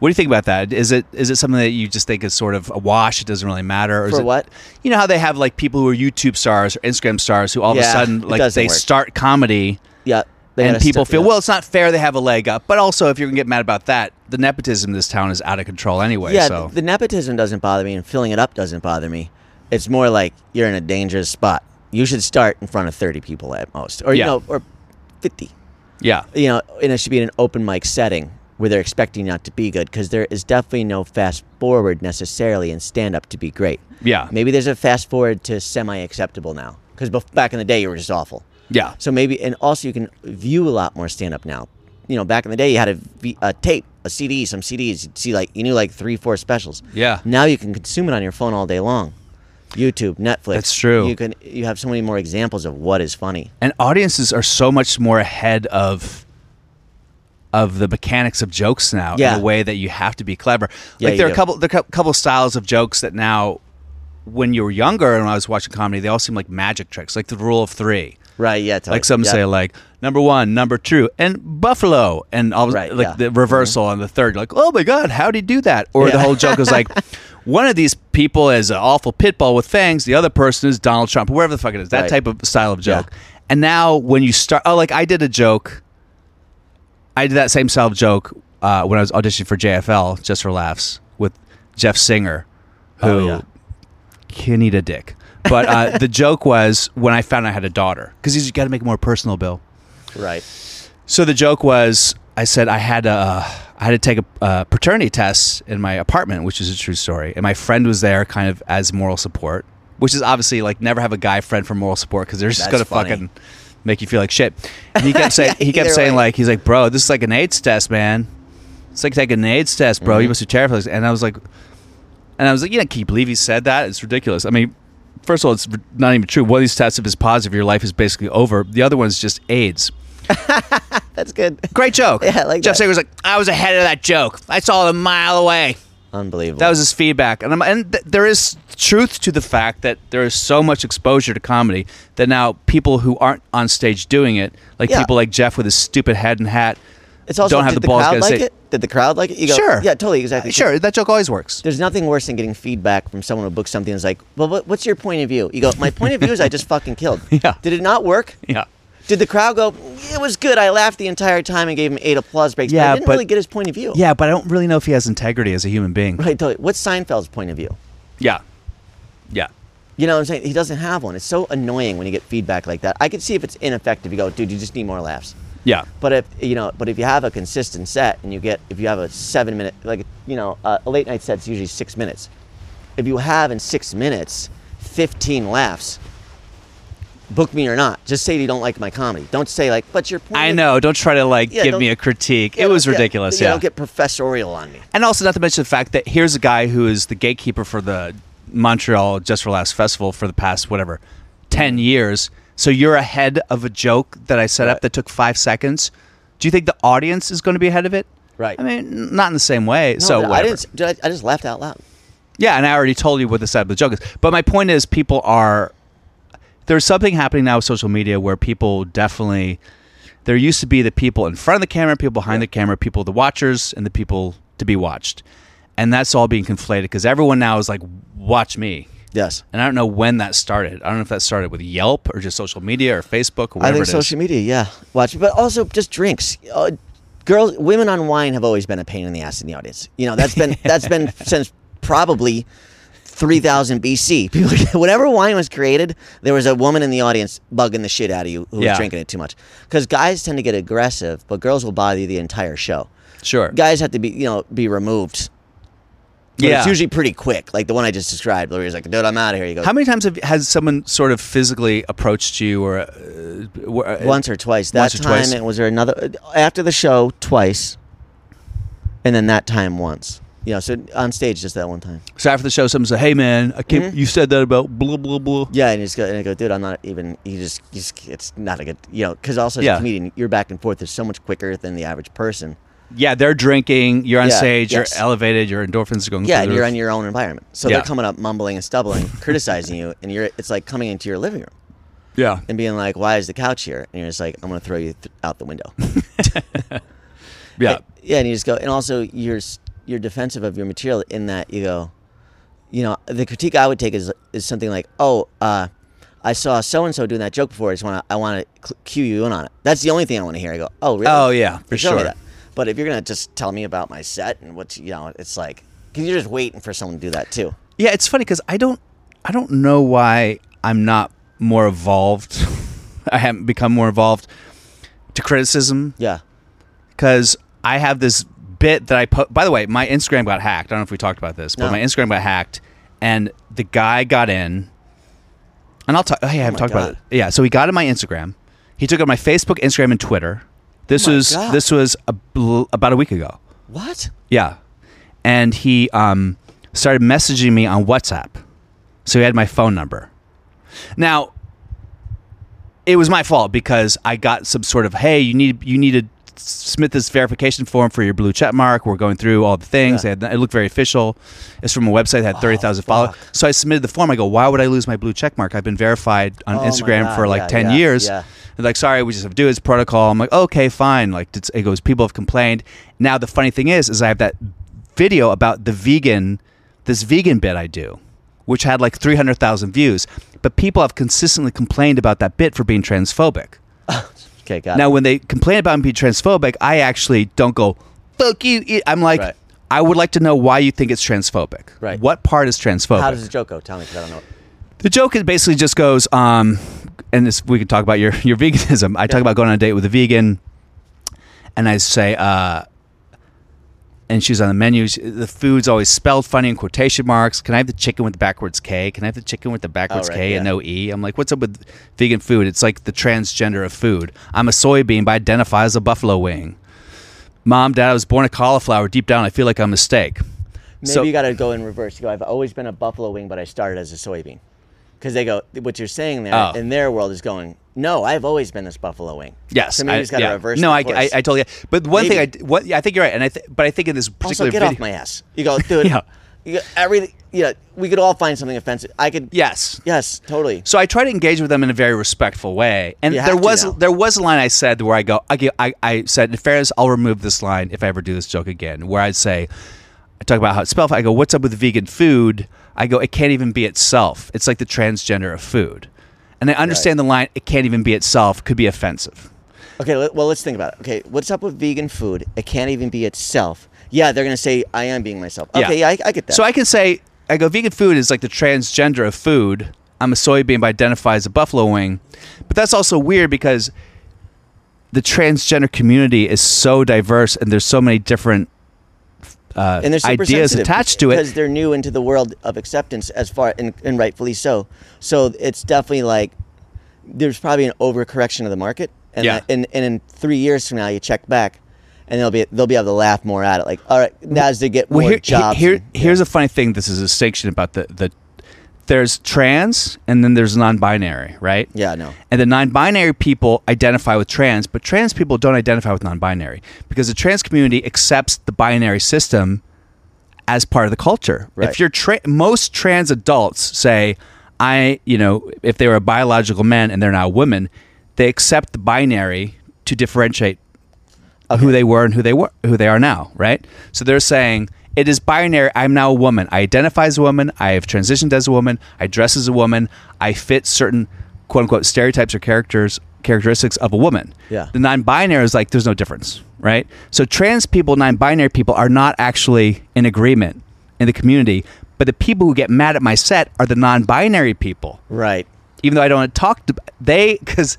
A: What do you think about that? Is it is it something that you just think is sort of a wash? It doesn't really matter. Or is
B: For
A: it-
B: what?
A: You know how they have like people who are YouTube stars or Instagram stars who all of a
B: Yeah,
A: sudden
B: it
A: like
B: doesn't
A: they
B: work.
A: start comedy
B: Yeah. they
A: and
B: gotta
A: people
B: step-
A: feel
B: yeah.
A: well, it's not fair. They have a leg up, but also if you're gonna get mad about that, the nepotism in this town is out of control anyway.
B: Yeah,
A: so
B: th- the nepotism doesn't bother me, and filling it up doesn't bother me. It's more like you're in a dangerous spot. You should start in front of 30 people at most, or
A: Yeah.
B: you know, or 50.
A: yeah,
B: You know, and it should be in an open mic setting where they're expecting not to be good, because there is definitely no fast forward necessarily in stand up to be great.
A: Yeah.
B: maybe there's a fast forward to semi acceptable now, because back in the day you were just awful.
A: yeah,
B: So maybe, and also you can view a lot more stand up now. You know, back in the day, you had a, v- a tape, a CD, some CDs. You'd see like, you knew like three, four specials.
A: Yeah.
B: Now you can consume it on your phone all day long. YouTube, Netflix.
A: That's true.
B: You can, you have so many more examples of what is funny.
A: and audiences are so much more ahead of of the mechanics of jokes now
B: Yeah.
A: in a way that you have to be clever.
B: Yeah,
A: like
B: you
A: there are a
B: do.
A: couple there are a couple styles of jokes that now when you were younger and when I was watching comedy, they all seem like magic tricks, like the rule of three.
B: Right. Yeah. Totally.
A: Like some
B: yeah.
A: say, like number one, number two, and Buffalo, and all
B: Right,
A: like
B: yeah.
A: the reversal on the third. Like, oh my God, how do you do that? Or the
B: Yeah.
A: whole joke is like, one of these people is an awful pit bull with fangs. The other person is Donald Trump, or whatever the fuck it is. That
B: Right.
A: type of style of joke.
B: Yeah.
A: And now when you start, oh, like I did a joke. I did that same style of joke uh, when I was auditioning for JFL, just for laughs, with Jeff Singer, who
B: Oh, yeah.
A: can eat a dick. But uh, the joke was when I found I had a daughter, because he's got to make it more personal, Bill.
B: Right.
A: So the joke was, I said I had a, I had to take a, uh paternity test in my apartment, which is a true story, and my friend was there, kind of as moral support, which is obviously like never have a guy friend for moral support because they're just
B: That's
A: gonna
B: funny.
A: fucking make you feel like shit. And he kept saying, he kept
B: either
A: saying
B: way.
A: like, he's like, bro, this is like an AIDS test, man. It's It's like taking an AIDS test, bro.
B: Mm-hmm.
A: You must have cherry And I was like, and I was like, yeah, can you believe he said that? It's ridiculous. I mean, first of all, it's r- not even true. One of these tests, if it's positive, your life is basically over. The other one's just AIDS.
B: That's good.
A: Great joke.
B: Yeah, I like
A: Jeff
B: that.
A: Sager was like, I was ahead of that joke. I saw it a mile away.
B: Unbelievable.
A: That was his feedback, and I'm, and th- there is truth to the fact that there is so much exposure to comedy that now people who aren't on stage doing it, like
B: Yeah.
A: people like Jeff with his stupid head and hat,
B: It's also
A: don't have
B: did
A: the balls
B: crowd
A: to
B: like
A: say-
B: it? Did the crowd like it? You go,
A: Sure.
B: Yeah, totally, exactly. 'Cause
A: sure that joke always works.
B: There's nothing worse than getting feedback from someone who books something that's like, well, what, what's your point of view? You go, my point of view is I just fucking killed.
A: Yeah.
B: Did it not work?
A: Yeah,
B: Did the crowd go, it was good. I laughed the entire time and gave him eight applause breaks. but I
A: Yeah,
B: didn't
A: but-
B: really get his point of view.
A: yeah, but I don't really know if he has integrity as a human being.
B: Right, totally. What's Seinfeld's point of view?
A: Yeah, yeah,
B: You know what I'm saying? He doesn't have one. It's so annoying when you get feedback like that. I could see if it's ineffective. You go, dude, you just need more laughs.
A: yeah.
B: But if you know, but if you have a consistent set and you get, if you have a seven minute, like you know, uh, a late night set's usually six minutes. If you have in six minutes, fifteen laughs, book me or not. Just say you don't like my comedy. Don't say like, but your point.
A: I
B: of-
A: know. Don't try to like
B: Yeah,
A: give
B: don't-
A: me a critique.
B: Yeah,
A: it was
B: don't get-
A: ridiculous.
B: don't get professorial on me.
A: And also, not to mention the fact that here's a guy who is the gatekeeper for the Montreal Just for Last Festival for the past whatever ten years. So you're ahead of a joke that I set up
B: Right.
A: that took five seconds. Do you think the audience is going to be ahead of it?
B: Right.
A: I mean, n- not in the same way.
B: No,
A: so
B: but I
A: whatever.
B: didn't. Dude, I, I just laughed out loud.
A: Yeah, and I already told you what the side of the joke is. But my point is, people are there's something happening now with social media where people definitely there used to be the people in front of the camera, people behind the camera, people the watchers, and the people to be watched, and that's all being conflated because everyone now is like, "Watch me."
B: Yes.
A: And I don't know when that started. I don't know if that started with Yelp or just social media or Facebook or whatever
B: I think
A: it is.
B: social media, yeah. Watch, but also just drinks. Uh, girls, women on wine have always been a pain in the ass in the audience. You know, that's been that's been since probably 3000 BC. People, whenever wine was created, there was a woman in the audience bugging the shit out of you who
A: Yeah.
B: was drinking it too much. Because guys tend to get aggressive, but girls will bother you the entire show.
A: Sure.
B: Guys have to be, you know, be removed. But
A: yeah.
B: it's usually pretty quick. Like the one I just described, where he's like, "Dude, I'm out of here." You go
A: How many times have, has someone sort of physically approached you or uh, wh-
B: once or twice. That
A: Once or
B: time,
A: twice.
B: it was there another uh, after the show twice, and then that time once. You know, so on stage just that one time.
A: So after the show, someone said, "Hey man, I can't, you said that about blah blah blah."
B: Yeah, and you just go, and I go, dude, I'm not even. You just, you just, it's not a good, you know, because also as
A: Yeah.
B: a comedian, your back and forth is so much quicker than the average person.
A: Yeah, they're drinking. You're on
B: Yeah,
A: stage.
B: yes.
A: You're elevated. Your endorphins are going.
B: Yeah,
A: through
B: and
A: the
B: you're
A: roof.
B: on your own environment, so
A: Yeah.
B: they're coming up mumbling and stumbling, criticizing you, and you're, it's like coming into your living room
A: Yeah,
B: and being like, why is the couch here? And you're just like, I'm gonna throw you th- out the window.
A: yeah,
B: Yeah, and you just go, and also you're s- you're defensive of your material in that you go, you know, the critique I would take is is something like, oh, uh, I saw so and so doing that joke before. I just want to I want to cl- cue you in on it. That's the only thing I want to hear. I go, oh, really?
A: Oh, yeah, for
B: You showed me
A: sure.
B: But if you're gonna just tell me about my set and what's you know, it's like because you're just waiting for someone to do that too.
A: yeah. It's funny because I don't, I don't know why I'm not more evolved. I haven't become more evolved to criticism
B: Yeah,
A: because I have this bit that I put. By the way, my Instagram got hacked. I don't know if we talked about this, but
B: No.
A: my Instagram got hacked, and the guy got in. And I'll talk. Hey, I haven't
B: Oh my
A: talked about
B: God.
A: it. Yeah, so he got in my Instagram. He took out my Facebook, Instagram, and Twitter. This
B: Oh my
A: was
B: God.
A: this was a, bl- about a week ago.
B: what?
A: Yeah. And he um, started messaging me on WhatsApp. So he had my phone number. Now, it was my fault because I got some sort of hey, you need you need to submit this verification form for your blue check mark. We're going through all the things.
B: Yeah. Oh,
A: They had- it looked very official. It's from a website that had thirty thousand followers.
B: fuck.
A: So I submitted the form. I go, why would I lose my blue check mark? I've been verified on
B: Oh my
A: Instagram for
B: God,
A: like
B: yeah,
A: ten
B: yeah,
A: years.
B: yeah.
A: They're like, sorry, we just have to do it. It's protocol. I'm like, okay, fine. Like, it's, it goes, people have complained. Now, the funny thing is, is I have that video about the vegan, this vegan bit I do, which had like 300,000 views. But people have consistently complained about that bit for being transphobic.
B: Okay, got
A: Now,
B: it.
A: when they complain about me being transphobic, I actually don't go, fuck you. i-" I'm like,
B: Right.
A: I would like to know why you think it's transphobic.
B: Right.
A: What part is transphobic?
B: How does the joke go? Tell me, 'cause I don't know.
A: The joke is basically just goes, um, and this we can talk about your your veganism. I talk about going on a date with a vegan, and I say, uh, and she's on the menu. she- The food's always spelled funny in quotation marks. Can I have the chicken with the backwards K? Can I have the chicken with the backwards
B: Oh, right,
A: K and
B: yeah.
A: no E? I'm like, what's up with vegan food? It's like the transgender of food. I'm a soybean, but I identify as a buffalo wing Mom, Dad, I was born a cauliflower. Deep down, I feel like I'm a steak.
B: Maybe
A: So-
B: you got to go in reverse. You go, I've always been a buffalo wing, but I started as a soybean. Because they go, what you're saying there
A: Oh.
B: in their world is going, no, I've always been this buffalo wing.
A: Yes,
B: So maybe
A: I-
B: you just got to
A: yeah.
B: reverse
A: No,
B: the
A: I, I,
B: course.
A: I totally. But one thing I,
B: Maybe.
A: d- what yeah, I think you're right, and I, th- but I think in this
B: also
A: particular
B: get
A: video,
B: off my ass. You go, dude.
A: Yeah.
B: You go, everything. Yeah, we could all find something offensive. I could.
A: yes,
B: Yes, totally.
A: So I try to engage with them in a very respectful way, and
B: You have
A: there
B: to
A: was
B: now.
A: there was a line I said where I go, I, gi- I, I said, in fairness, I'll remove this line if I ever do this joke again, where I'd say, I talk about how it's spelled. I go, what's up with vegan food? I go, it can't even be itself. It's like the transgender of food, and I understand the line, it can't even be itself, could be offensive.
B: Okay, le- well, let's think about it. Okay, what's up with vegan food? It can't even be itself. Yeah, they're gonna say I am being myself. Okay, yeah, I, I get that.
A: So I can say, I go, vegan food is like the transgender of food. I'm a soybean, but I identify as a buffalo wing. But that's also weird because the transgender community is so diverse and there's so many different uh,
B: and they're super
A: ideas
B: sensitive
A: attached to
B: because
A: it.
B: they're new into the world of acceptance, as far and, and rightfully so. So it's definitely like there's probably an overcorrection of the market, and
A: Yeah.
B: that- and, and in three years from now, you check back, and they'll be they'll be able to laugh more at it. Like, all right, now as they get more
A: Well, here,
B: jobs,
A: here,
B: and-
A: here's a funny thing. This is a distinction about the, the there's trans and then there's non-binary, right?
B: yeah, no.
A: And the non binary people identify with trans, but trans people don't identify with non binary because the trans community accepts the binary system as part of the culture.
B: Right.
A: If you're tra- most trans adults say, I, you know, if they were a biological man and they're now women, they accept the binary to differentiate who they were and who they were who they are now, right? So they're saying it is binary. I'm now a woman. I identify as a woman. I have transitioned as a woman. I dress as a woman. I fit certain quote unquote stereotypes or characters characteristics of a woman.
B: Yeah.
A: The non-binary is like there's no difference, right? So trans people, non-binary people are not actually in agreement in the community, but the people who get mad at my set are the non-binary people
B: Right.
A: even though I don't talk to they because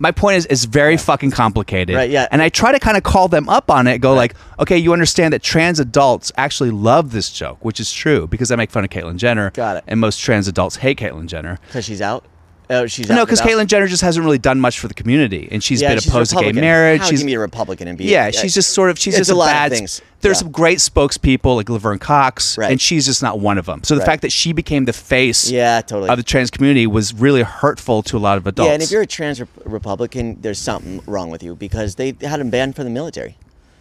A: my point is it's very fucking complicated.
B: Right, yeah.
A: And I try to kind of call them up on it, go like, okay, you understand that trans adults actually love this joke, which is true because I make fun of Caitlyn Jenner.
B: Got it.
A: And most trans adults hate Caitlyn Jenner.
B: Because she's out. Oh, she's out
A: No,
B: and
A: because
B: about.
A: Caitlyn Jenner just hasn't really done much for the community, and she's
B: Yeah,
A: been
B: she's
A: opposed to gay
B: Republican.
A: marriage.
B: How
A: she's
B: can you be a Republican and be?
A: yeah, she's just sort of she's
B: It's
A: just
B: a
A: a,
B: lot of
A: bad.
B: things.
A: There's
B: Yeah.
A: some great spokespeople like Laverne Cox,
B: Right.
A: and she's just not one of them. So the
B: Right.
A: fact that she became the face
B: Yeah, totally.
A: of the trans community was really hurtful to a lot of adults.
B: Yeah, and if you're a trans rep- Republican, there's something wrong with you because they had him banned from the military.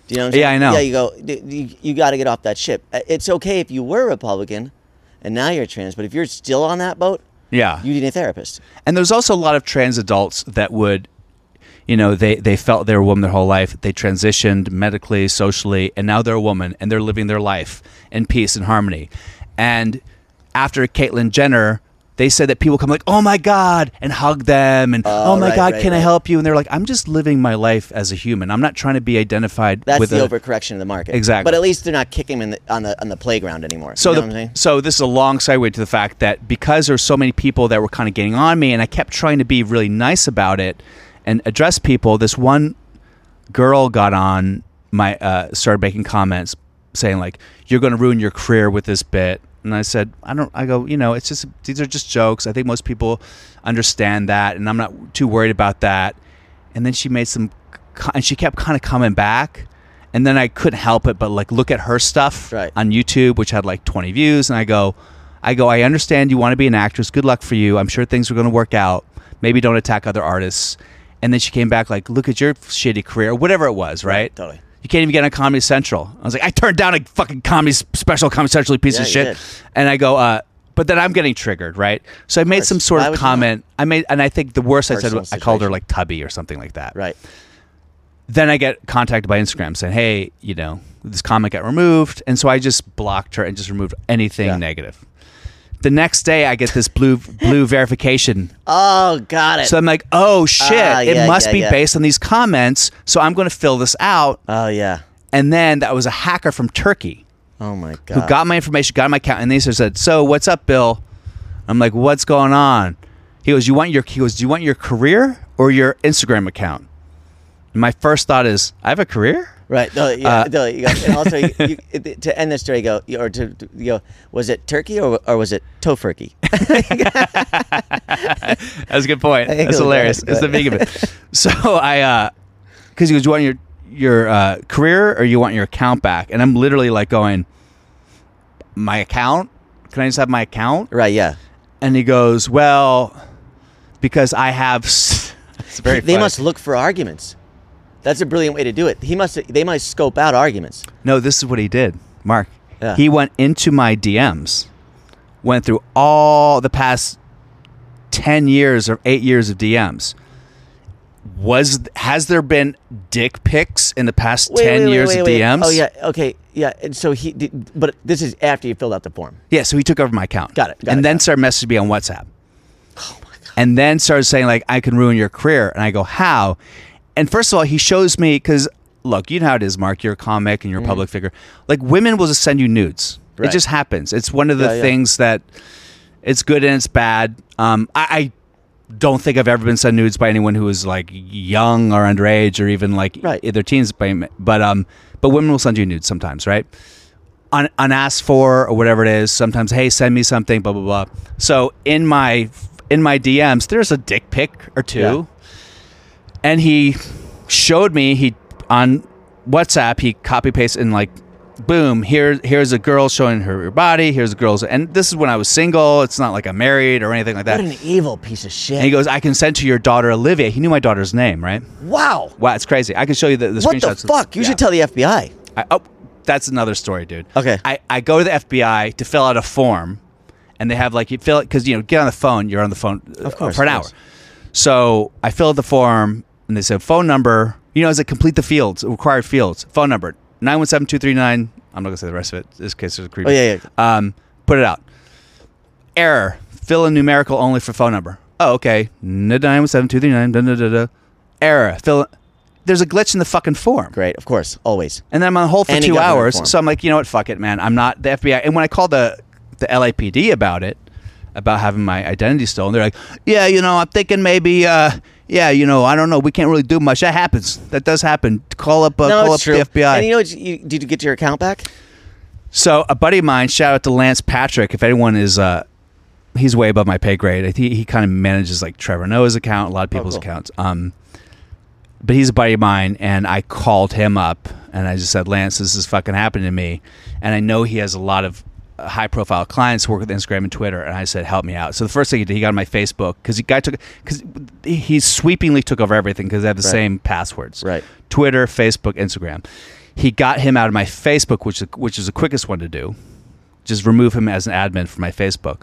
B: Do you know? What I'm
A: Yeah,
B: saying?
A: I know.
B: Yeah, you go. d- You, you got to get off that ship. Uh, It's okay if you were Republican, and now you're trans, but if you're still on that boat,
A: Yeah.
B: you need a therapist.
A: and there's also a lot of trans adults that would, you know, they, they felt they were a woman their whole life. They transitioned medically, socially, and now they're a woman and they're living their life in peace and harmony. And after Caitlyn Jenner, they said that people come like, oh my God, and hug them and, oh my
B: right,
A: God,
B: right,
A: can I
B: right.
A: help you? And they're like, I'm just living my life as a human. I'm not trying to be identified
B: That's
A: with
B: the
A: a-
B: overcorrection of the market.
A: Exactly.
B: But at least they're not kicking him in the, on the on the playground anymore.
A: So
B: you know
A: the,
B: what I'm saying?
A: so this is a long segue to the fact that because there's so many people that were kind of getting on me, and I kept trying to be really nice about it and address people. This one girl got on my uh, started making comments saying like, "You're going to ruin your career with this bit." And I said, "I don't." I go, you know, it's just these are just jokes. I think most people understand that, and I'm not too worried about that. And then she made some, co- and she kept kind of coming back. And then I couldn't help it, but like look at her stuff
B: Right.
A: on YouTube, which had like 20 views, and I go, I go, I understand you want to be an actress. Good luck for you. I'm sure things are going to work out. Maybe don't attack other artists. And then she came back like, look at your shitty career, or whatever it was, right?
B: totally.
A: You can't even get on Comedy Central. I was like, I turned down a fucking comedy s- special, Comedy Central, you piece
B: Yeah,
A: of
B: you
A: shit.
B: did.
A: And I go, uh, but then I'm getting triggered, right? So I made some
B: course.
A: sort
B: Why
A: of
B: would you
A: comment. I made, and I think the worst I said,
B: Personal
A: was I called her
B: situation.
A: like Tubby or something like that
B: Right.
A: then I get contacted by Instagram saying, "Hey, you know, this comment got removed," and so I just blocked her and just removed anything
B: Yeah.
A: negative. The next day, I get this blue blue verification,
B: Oh, got it.
A: so I'm like, "Oh shit!
B: Ah, yeah,
A: it must
B: yeah,
A: be
B: yeah.
A: based on these comments." So I'm going to fill this out,
B: oh yeah.
A: and then that was a hacker from Turkey
B: Oh my god.
A: who got my information, got my account, and they just said, "So what's up, Bill?" I'm like, "What's going on?" He goes, "You want your he goes, do you want your career or your Instagram account?" And my first thought is, "I have a career."
B: Right. No, yeah,
A: uh,
B: no, you go, and also, you, you, it- to end the story, you go you- or to to- you go. Was it turkey or or was it tofurkey?
A: That's a good point. That's
B: it was
A: hilarious.
B: good.
A: It's the vegan bit. So I, because he goes, uh, "You want your your uh, career or you want your account back?" And I'm literally like going, "My account? Can I just have my account?"
B: Right, yeah.
A: And he goes, "Well, because I have." s-" It's very.
B: they
A: funny.
B: must look for arguments. That's a brilliant way to do it. He must. They must scope out arguments.
A: No, this is what he did, Mark.
B: Yeah.
A: He went into my DMs, went through all the past ten years or eight years of DMs. Was has there been dick pics in the past
B: Wait,
A: ten
B: wait, wait,
A: years
B: wait,
A: of
B: wait.
A: DMs?
B: Oh yeah. Okay. Yeah. And so he. Did, but this is after you filled out the form.
A: Yeah, so he took over my account.
B: Got it, got
A: and
B: it,
A: then
B: got it. Oh
A: started messaging me on WhatsApp. And then started saying like, "I can ruin your career," and I go, "How?" And first of all, he shows me because look, you know how it is, Mark. You're a comic and you're a public figure. Like women will just send you nudes. It
B: Mm-hmm. Right.
A: just happens. It's one of the
B: Yeah, yeah.
A: things that it's good and it's bad. Um, I, I don't think I've ever been sent nudes by anyone who is like young or underage or even like
B: Right.
A: their teens. By, but um, but women will send you nudes sometimes, right? un- unasked for or whatever it is. Sometimes, hey, send me something, blah blah blah. So in my in my DMs, there's a dick pic or two,
B: Yeah.
A: and he showed me he on WhatsApp he copy pasted and like, boom, here here's a girl showing her body. Here's a girl's, and this is when I was single. It's not like I'm married or anything like that.
B: What an evil piece of
A: and he
B: shit.
A: goes, I can send to your daughter Olivia. He knew my daughter's name, right?
B: Wow.
A: Wow, it's crazy. I can show you the, the
B: What the
A: screenshots.
B: fuck? You
A: Yeah.
B: should tell the FBI.
A: I, oh, that's another story, dude.
B: Okay.
A: I, I go to the FBI to fill out a form, and they have like you fill it because you know get on the phone. You're on the phone uh,
B: course,
A: for an
B: of
A: hour.
B: course.
A: So I fill out the form, and they said phone number. You know, is it complete the fields required fields? Phone number nine one seven two three nine. I'm not gonna say the rest of it. In this case, there's a creepy.
B: Oh yeah. yeah.
A: Um, put it out. Error. Fill in numerical only for phone number. Oh, okay. Nine one seven two three nine. Da da da da. Error. Fill. There's a glitch in the fucking form.
B: Great. Of course. Always.
A: And then I'm on hold for
B: Any
A: two
B: government
A: hours.
B: form.
A: So I'm like, you know what? Fuck it, man. I'm not the FBI. And when I called the the LAPD about it, about having my identity stolen, they're like, yeah, you know, I'm thinking maybe, uh, yeah, you know, I don't know. We can't really do much. That happens. That does happen. Call up, uh, call up
B: it's true.
A: the FBI.
B: And you know, what you, did you get your account back?
A: So a buddy of mine, shout out to Lance Patrick. If anyone is, uh, he's way above my pay grade. He he kind of manages like Trevor Noah's account, a lot of people's
B: Oh, cool.
A: accounts. Um, but he's a buddy of mine, and I called him up and I just said, Lance, this is fucking happening to me, and I know he has a lot of high profile clients who work with Instagram and Twitter, and I said, help me out. So the first thing he did, he got on my Facebook because he guy took because he sweepingly took over everything because they have the
B: Right.
A: same passwords.
B: Right.
A: Twitter, Facebook, Instagram. He got him out of my Facebook, which which is the quickest one to do. Just remove him as an admin from my Facebook.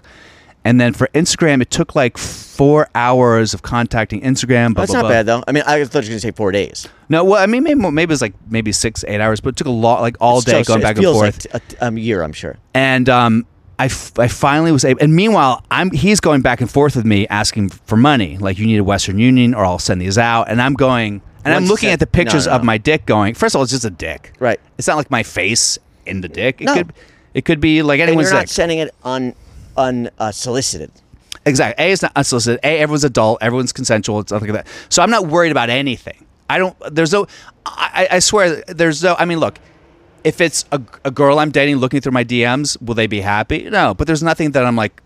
A: And then for Instagram, it took like four hours of contacting Instagram. Blah,
B: That's
A: blah, blah.
B: not bad though. I mean, I thought you were gonna say four days.
A: No, well, I mean, maybe, maybe it was like maybe six, eight hours, but it took a lot, like all day
B: So- so
A: going
B: it
A: back and
B: feels
A: forth.
B: Like t- a, a year, I'm sure.
A: and um, I, f- I finally was able. And meanwhile, I'm he's going back and forth with me asking for money. Like you need a Western Union, or I'll send these out. And I'm going, and I'm
B: Once
A: looking
B: you
A: at the
B: said- no,
A: pictures
B: no,
A: of
B: no.
A: my dick. Going, first of all, it's just a dick.
B: Right.
A: It's not like my face in the dick. It
B: No.
A: could it could be like
B: And
A: anyone's
B: you're not
A: dick.
B: sending it un unsolicited.
A: Exactly. A is not unsolicited. A, everyone's adult. Everyone's consensual. It's nothing like that. So I'm not worried about anything. I don't. There's no. I, I I swear. There's no. I mean, look. If it's a, a girl I'm dating looking through my DMs, will they be happy? No. But there's nothing that I'm like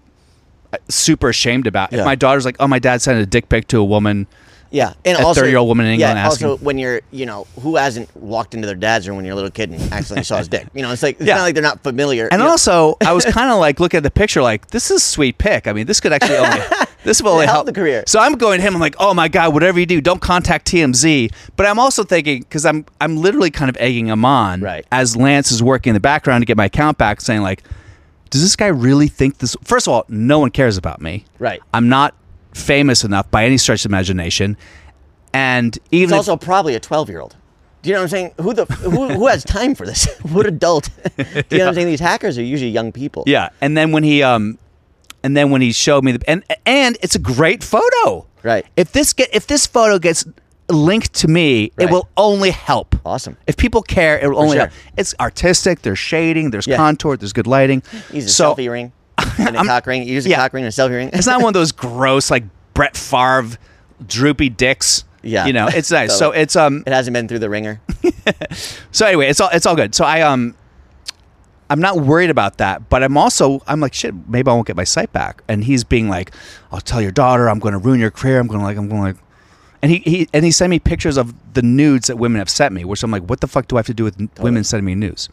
A: super ashamed about. If
B: Yeah.
A: my daughter's like, oh, my dad sent a dick pic to a woman.
B: Yeah, and
A: A
B: also
A: 30-year-old woman in England
B: Yeah,
A: asking-
B: also when you're, you know, who hasn't walked into their dad's room when you're a little kid and accidentally saw his dick? You know, it's like it's
A: Yeah.
B: not like they're not familiar.
A: And
B: you know.
A: also, I was kind of like looking at the picture, like this is a sweet pic. I mean, this could actually only this will only
B: Help
A: help
B: the career.
A: So I'm going to him. I'm like, oh my god, whatever you do, don't contact TMZ. But I'm also thinking because I'm I'm literally kind of egging him on,
B: Right.
A: As Lance is working in the background to get my account back, saying like, does this guy really think this? First of all, no one cares about me,
B: Right.
A: I'm not famous enough by any stretch of imagination, and
B: it's
A: even if-
B: also probably a 12 year old. Do you know what I'm saying? Who the who, who has time for this? what adult? Do you know what I'm saying? These hackers are usually young people.
A: yeah. And then when he um, and then when he showed me the and and it's a great photo,
B: Right.
A: If this get if this photo gets linked to me, it
B: Right.
A: will only help.
B: Awesome.
A: If people care, it will only
B: sure.
A: help. It's artistic. There's shading. There's
B: Yeah.
A: contour. There's good lighting.
B: He's a
A: So-
B: selfie ring and a cock ring. You use a
A: yeah.
B: cock ring and a selfie ring.
A: It's not one of those gross like Brett Favre droopy dicks.
B: Yeah.
A: You know, it's nice. so
B: Totally.
A: it's um.
B: it hasn't been through the ringer.
A: So anyway, it's all it's all good. So I um. I'm not worried about that, but I'm also I'm like shit. Maybe I won't get my sight back. And he's being like, "I'll tell your daughter. I'm going to ruin your career. I'm going to like I'm going to like." And he, he and he sent me pictures of the nudes that women have sent me, which I'm like, what the fuck do I have to do with n women sending me nudes?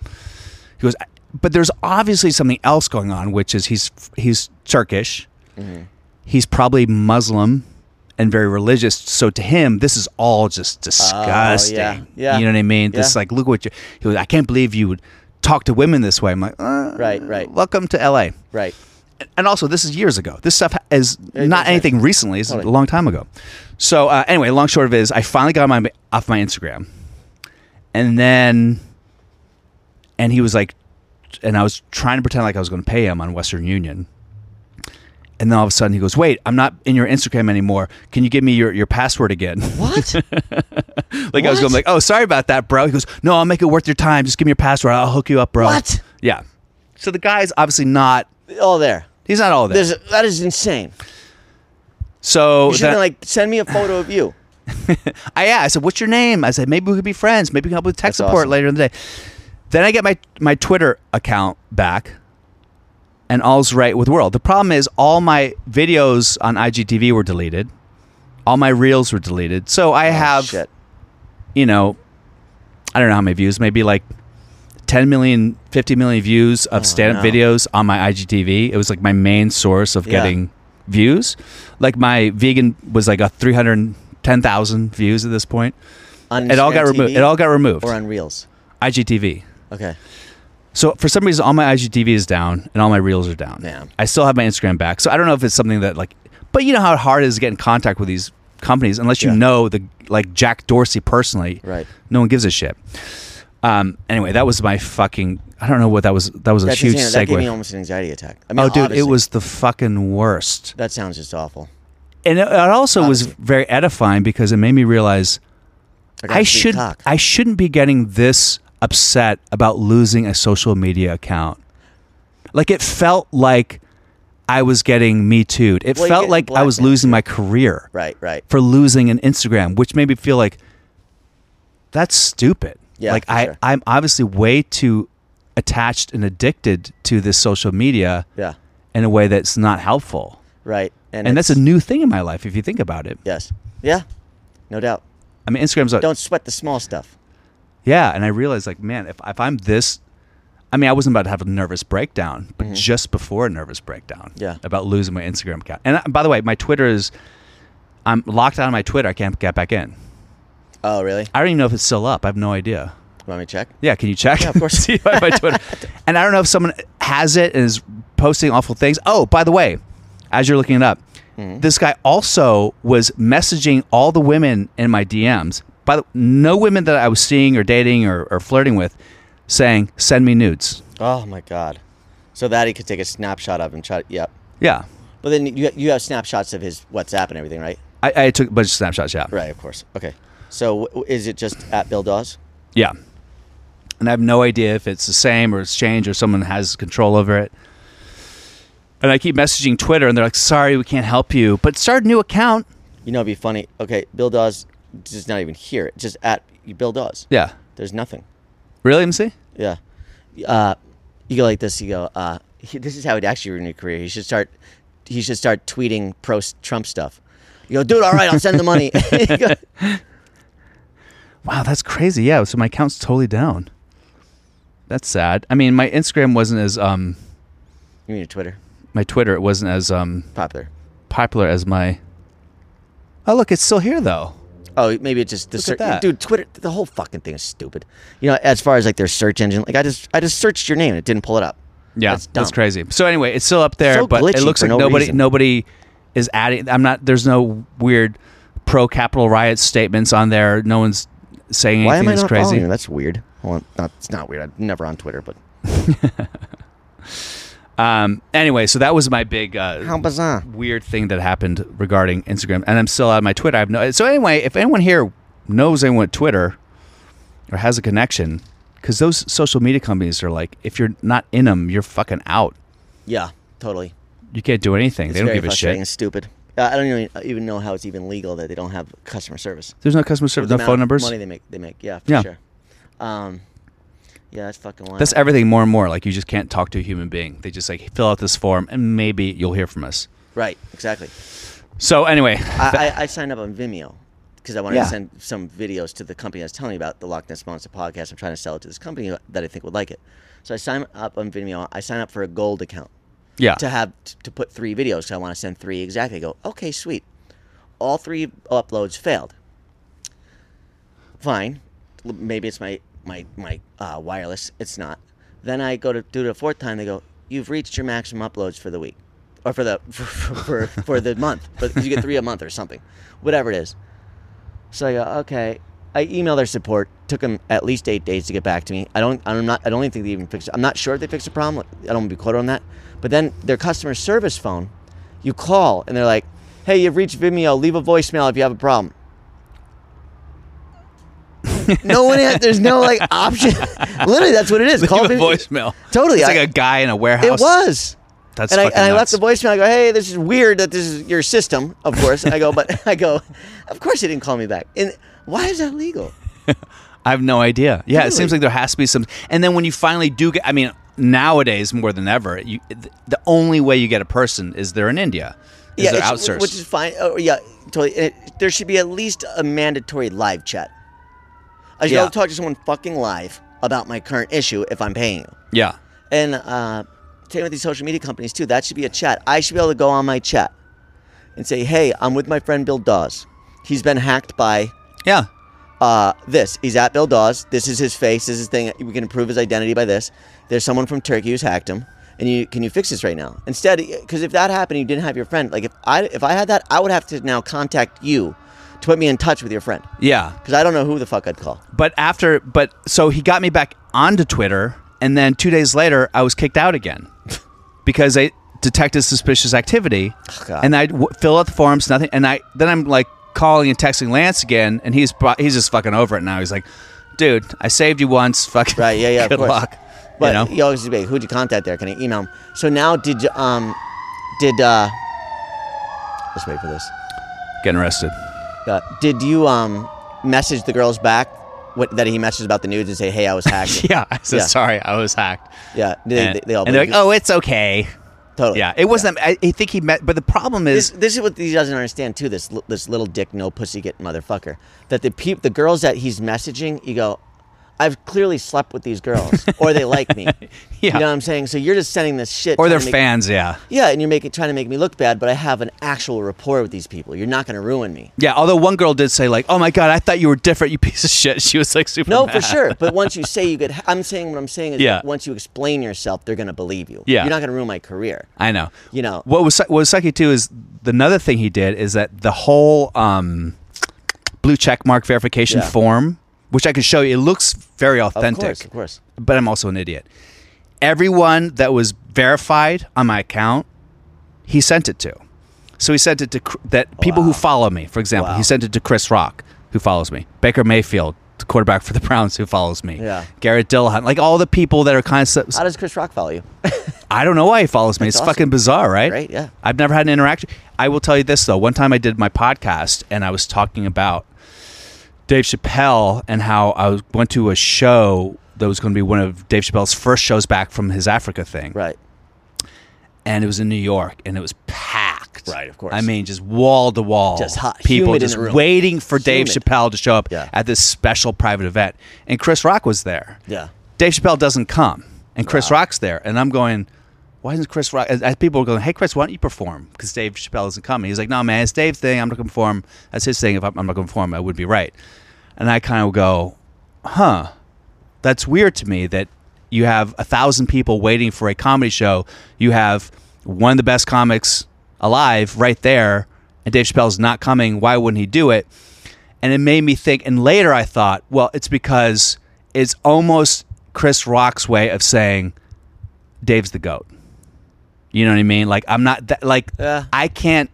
A: He goes, "I- but there's obviously something else going on, which is he's he's Turkish,
B: Mm-hmm.
A: he's probably Muslim and very religious. So to him, this is all just disgusting.
B: Oh, yeah.
A: You know what I mean? This
B: Yeah.
A: like look what you. He goes, I can't believe you would talk to women this way. I'm like, uh,
B: Right, right.
A: Welcome to L.A
B: Right.
A: and also this is years ago. This stuff is not
B: that's
A: anything recently. It's
B: Totally.
A: a long time ago. So uh, anyway, long short of it is, I finally got my off my Instagram, and then, and he was like, and I was trying to pretend like I was going to pay him on Western Union. And then all of a sudden he goes, "Wait, I'm not in your Instagram anymore. Can you give me your, your password again?"
B: What?
A: like I was
B: What?
A: going like, "Oh, sorry about that, bro." He goes, "No, I'll make it worth your time. Just give me your password. I'll hook you up, bro."
B: What?
A: Yeah. So the guy's obviously not.
B: all there.
A: He's not all there.
B: There's that is insane.
A: so
B: You should have
A: that-
B: been like, send me a photo of you.
A: I yeah, I said, "What's your name?" I said, "Maybe we could be friends. Maybe we can help with tech
B: That's
A: support
B: awesome.
A: later in the day." Then I get my my Twitter account back, and all's right with the world. The problem is, all my videos on IGTV were deleted, all my reels were deleted. So I have,
B: Oh, Shit.
A: you know, I don't know how many views, maybe like 10 million, 50 million views of stand up
B: Oh, no.
A: videos on my IGTV. It was like my main source of
B: Yeah.
A: getting views. Like my vegan was like a 310,000 views at this point.
B: On
A: It all
B: Instagram
A: got removed.
B: TV
A: It all got removed.
B: or on Reels.
A: IGTV.
B: Okay.
A: So for some reason, all my IGTV is down and all my reels are down.
B: Yeah.
A: I still have my Instagram back, so I don't know if it's something that like, but you know how hard it is to get in contact with these companies unless you
B: Yeah.
A: know the like Jack Dorsey personally.
B: Right.
A: No one gives a shit. Um. Anyway, that was my fucking. I don't know what that was. That was a
B: That's
A: huge
B: insane. That gave me
A: segue.
B: almost an anxiety attack. I mean,
A: Oh, dude, it
B: obviously.
A: was the fucking worst.
B: That sounds just awful.
A: And it, it also was
B: Obviously.
A: very edifying because it made me realize
B: Like,
A: I
B: was being
A: should
B: cocked.
A: I shouldn't be getting this upset about losing a social media account. Like it felt like I was getting me too It
B: Well, you
A: felt
B: get
A: like I was
B: blackmailed,
A: losing my career
B: right, right.
A: for losing an Instagram, which made me feel like that's stupid.
B: Yeah,
A: like
B: for
A: I
B: sure.
A: I'm obviously way too attached and addicted to this social media
B: Yeah,
A: in a way that's not helpful.
B: right.
A: And that's
B: it's-
A: a new thing in my life if you think about it.
B: Yes. Yeah. No doubt.
A: I mean Instagram's a,
B: Don't sweat the small stuff.
A: Yeah, and I realized like, man, if if I'm this, I mean, I wasn't about to have a nervous breakdown, but just before a nervous breakdown,
B: Yeah.
A: about losing my Instagram account. And uh, by the way, my Twitter is, I'm locked out of my Twitter. I can't get back in.
B: Oh, really?
A: I don't even know if it's still up. I have no idea.
B: Want me to check?
A: Yeah, can you check? Yeah,
B: of course.
A: See my, my Twitter. and I don't know if someone has it and is posting awful things. Oh, by the way, as you're looking it up,
B: Mm-hmm.
A: this guy also was messaging all the women in my DMs. By the no women that I was seeing or dating or, or flirting with, saying send me nudes.
B: Oh my God. So that he could take a snapshot of and try. Yep.
A: Yeah,
B: But then you you have snapshots of his WhatsApp and everything, right?
A: I, I took a bunch of snapshots. Yeah,
B: Right, of course. Okay. So w- is it just at Bill Dawes?
A: yeah. And I have no idea if it's the same or it's changed or someone has control over it. And I keep messaging Twitter, and they're like, "Sorry, we can't help you, but start a new account."
B: You know, it'd be funny. Okay, Bill Dawes is not even here. It's just at Bill Dawes.
A: Yeah.
B: There's nothing.
A: Really, MC?
B: Yeah. Uh, you go like this. You go. Uh, he, this is how he'd actually ruin your career. He should start. He should start tweeting pro Trump stuff. You go, dude. All right, I'll send the money. You go,
A: Wow, that's crazy. Yeah, so my account's totally down. That's sad. I mean, my Instagram wasn't as um
B: you mean your Twitter?
A: my Twitter it wasn't as um
B: Popular.
A: popular as my Oh, look, it's still here though.
B: Oh, maybe it's just the
A: Look at
B: search.
A: that.
B: Dude, Twitter. The whole fucking thing is stupid. You know, as far as like their search engine, like I just I just searched your name and it didn't pull it up.
A: Yeah,
B: that's,
A: that's,
B: dumb.
A: crazy. So anyway, it's still up there,
B: So
A: but it
B: glitchy
A: looks
B: for
A: like
B: no
A: nobody
B: reason.
A: nobody is adding. I'm not. There's no weird pro Capitol riot statements on there. No one's saying
B: Why
A: anything
B: am I
A: that's
B: not
A: crazy.
B: following you? That's weird. Well, not, it's not weird. I'm never on Twitter, but
A: Um. Anyway, so that was my big. Uh,
B: how bizarre.
A: weird thing that happened regarding Instagram, and I'm still on my Twitter. I have no. So anyway, if anyone here knows anyone at Twitter or has a connection, because those social media companies are like, if you're not in them, you're fucking out.
B: Yeah, totally.
A: You can't do anything. they
B: It's
A: don't
B: very
A: give a
B: frustrating and
A: shit.
B: stupid. Uh, I don't even, even know how it's even legal that they don't have customer service.
A: There's no customer service,
B: The
A: no
B: amount of
A: phone numbers.
B: Money they make. They make. Yeah, for
A: Yeah.
B: sure. Um, yeah, that's fucking wild.
A: That's everything more and more. Like you just can't talk to a human being. They just like fill out this form, and maybe you'll hear from us.
B: right. Exactly.
A: So anyway,
B: I, I, I signed up on Vimeo because I wanted
C: Yeah.
B: to send some videos to the company I was telling you about, the Loch Ness Monster podcast. I'm trying to sell it to this company that I think would like it. So I sign up on Vimeo. I sign up for a gold account
A: Yeah.
B: to have t- to put three videos. So I want to send three exactly. I go, okay, sweet. All three uploads failed. Fine, L- maybe it's my my my uh, wireless. It's not. Then I go to do it a fourth time. They go, you've reached your maximum uploads for the week, or for the for for, for, for the month. But you get three a month or something, whatever it is. So I go, okay. I email their support. Took them at least eight days to get back to me. I don't. I'm not. I don't even think they even fixed. I'm not sure if they fixed the problem. I don't want to be quoted on that. But then their customer service phone, you call and they're like, "Hey, you've reached Vimeo. Leave a voicemail if you have a problem." no one. Had, there's no like option. Literally, that's what it is.
A: Leave a
B: Vimeo-
A: voicemail.
B: Totally,
A: It's like
B: I-
A: a guy in a
B: It
A: warehouse.
B: was.
A: That's
B: and I,
A: fucking
B: and I
A: nuts.
B: left the voicemail. I go, hey, this is weird that this is your system, of course. I go, but I go, of course he didn't call me back. And why is that legal?
A: I have no idea. Yeah, it seems
B: Really?
A: like there has to be some. And then when you finally do get, I mean, nowadays more than ever, you, th- the only way you get a person is they're in India. Is they're
B: it's-
A: outsourced.
B: Which is fine. Oh, yeah, totally. It, there should be at least a mandatory live chat. I should
A: Yeah.
B: be able to talk to someone fucking live about my current issue if I'm paying you.
A: yeah.
B: And uh, same with these social media companies too. That should be a chat. I should be able to go on my chat and say, hey, I'm with my friend Bill Dawes. He's been hacked by
A: Yeah.
B: uh, this. He's at Bill Dawes. This is his face. This is his thing. We can prove his identity by this. There's someone from Turkey who's hacked him. And you can you fix this right now? Instead, because if that happened, you didn't have your friend. Like if I if I had that, I would have to now contact you to put me in touch with your friend.
A: Yeah.
B: Because I don't know who the fuck I'd call.
A: But after, but so he got me back onto Twitter, and then two days later, I was kicked out again because they detected suspicious activity,
B: Oh, God.
A: and I w- fill out the forms, nothing, and I then I'm like calling and texting Lance again, and he's pro- he's just fucking over it now. He's like, "Dude, I saved you once, fucking
B: Right? Yeah, yeah.
A: good
B: of course.
A: luck."
B: But
A: you know,
B: always debate who'd you contact there? Can I email him? So now did you um did uh let's wait for this.
A: getting arrested.
B: Uh, did you um message the girls back what, that he messaged about the news and say, hey, I was hacked?
A: Yeah, I said
B: Yeah.
A: sorry, I was hacked.
B: Yeah, they,
A: and,
B: they, they all
A: and they're
B: believe
A: like, "Oh, it's okay."
B: you. totally.
A: Yeah, it wasn't. I, I think he met, but the problem
B: This,
A: is,
B: this is what he doesn't understand too. This li- this little dick, no pussy, get motherfucker. That the peop, the girls that he's messaging, you go, I've clearly slept with these girls, or they like me.
A: Yeah.
B: You know what I'm saying? So you're just sending this shit.
A: or
B: trying
A: they're
B: to make-
A: fans. Yeah,
B: Yeah, and you're making trying to make me look bad, but I have an actual rapport with these people. You're not going to ruin me.
A: Yeah, although one girl did say like, "Oh my god, I thought you were different, you piece of shit." She was like super.
B: No, for
A: mad.
B: sure. But once you say you get, I'm saying what I'm saying is,
A: Yeah.
B: once you explain yourself, they're going to believe you.
A: Yeah.
B: You're not going to ruin my career.
A: I know.
B: You know.
A: what was su- what was sucky too is the- another thing he did is that the whole um, blue check mark verification
B: Yeah.
A: form, which I can show you, it looks very authentic.
B: Of course, of course.
A: But I'm also an idiot. Everyone that was verified on my account, he sent it to. So he sent it to Cr- that people who follow me. For example, he
B: Wow.
A: sent it to Chris Rock, who follows me. Baker Mayfield, the quarterback for the Browns, who follows me.
B: Yeah.
A: Garrett Dillahunt, like all the people that are kind of.
B: How does Chris Rock follow you?
A: I don't know why he follows me. It's
B: awesome.
A: fucking bizarre, right?
B: Right, yeah.
A: I've never had an interaction. I will tell you this though. One time I did my podcast and I was talking about Dave Chappelle and how I was, went to a show that was going to be one of Dave Chappelle's first shows back from his Africa thing,
B: right.
A: and it was in New York and it was packed.
B: Right, of course.
A: I mean, just wall to wall,
B: Just hot,
A: people
B: humid in
A: just
B: the room.
A: waiting for Dave
B: Humid.
A: Chappelle to show up
B: Yeah.
A: at this special private event, and Chris Rock was there.
B: Yeah.
A: Dave Chappelle doesn't come, and Chris Rock's there, and I'm going, why isn't Chris Rock? As, as people are going, hey Chris, why don't you perform? Because Dave Chappelle isn't coming. He's like, no man, it's Dave's thing. I'm not gonna perform. That's his thing. If I'm, I'm not gonna perform, I would be right. And I kind of go, huh, that's weird to me that you have a thousand people waiting for a comedy show. You have one of the best comics alive right there, and Dave Chappelle's not coming. Why wouldn't he do it? and it made me think. And later I thought, well, it's because it's almost Chris Rock's way of saying Dave's the goat. You know what I mean? Like I'm not that, like
B: Yeah.
A: I can't.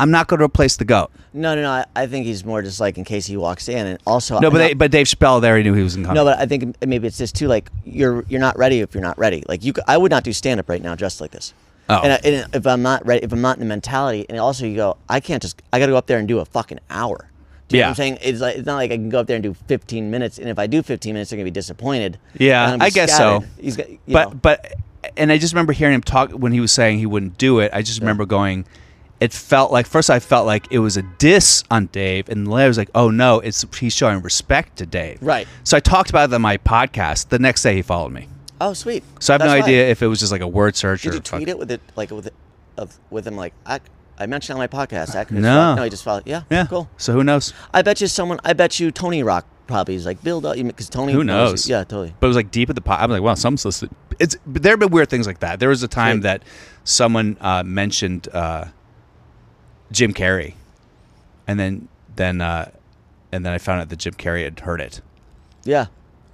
A: I'm not going to replace the goat.
B: No, no, no. I, I think he's more just like in case he walks in, and also
A: No, but
B: I'm
A: they, uh,
B: not-
A: but Dave Chappelle there he knew he was in comedy.
B: no, but I think maybe it's just too like you're you're not ready if you're not ready. Like you, c- I would not do stand up right now dressed like this.
A: Oh.
B: And, I, and if I'm not ready, if I'm not in the mentality, and also you go, I can't just, I got to go up there and do a fucking hour. Do you know
A: Yeah.
B: what I'm saying? It's like it's not like I can go up there and do 15 minutes, and if I do 15 minutes, they're gonna be disappointed.
A: Yeah,
B: And I'm gonna
A: I
B: be
A: guess
B: scattered.
A: so.
B: He's got, you
A: but
B: know.
A: but and I just remember hearing him talk when he was saying he wouldn't do it. I just remember going, it felt like first I felt like it was a diss on Dave, and later I was like, oh no, it's he's showing respect to Dave.
B: Right.
A: So I talked about it on my podcast. The next day he followed me.
B: Oh, sweet.
A: So I have
B: That's
A: no
B: right.
A: idea if it was just like a word search
B: Did
A: or
B: you
A: fuck-
B: tweet it with it like with it, of with him like I, I mentioned on my podcast? I could
A: No.
B: follow- no, he just followed. Yeah,
A: Yeah.
B: cool.
A: So who knows?
B: I bet you someone. I bet you Tony Rock probably is like build up because Tony.
A: Who knows?
B: you. Yeah, totally.
A: But it was like deep at the pot. I'm like, wow, someone's listening. It's but there have been weird things like that. There was a time
B: Sure.
A: that someone uh, mentioned uh, Jim Carrey, and then then uh, and then I found out that Jim Carrey had heard it,
B: Yeah.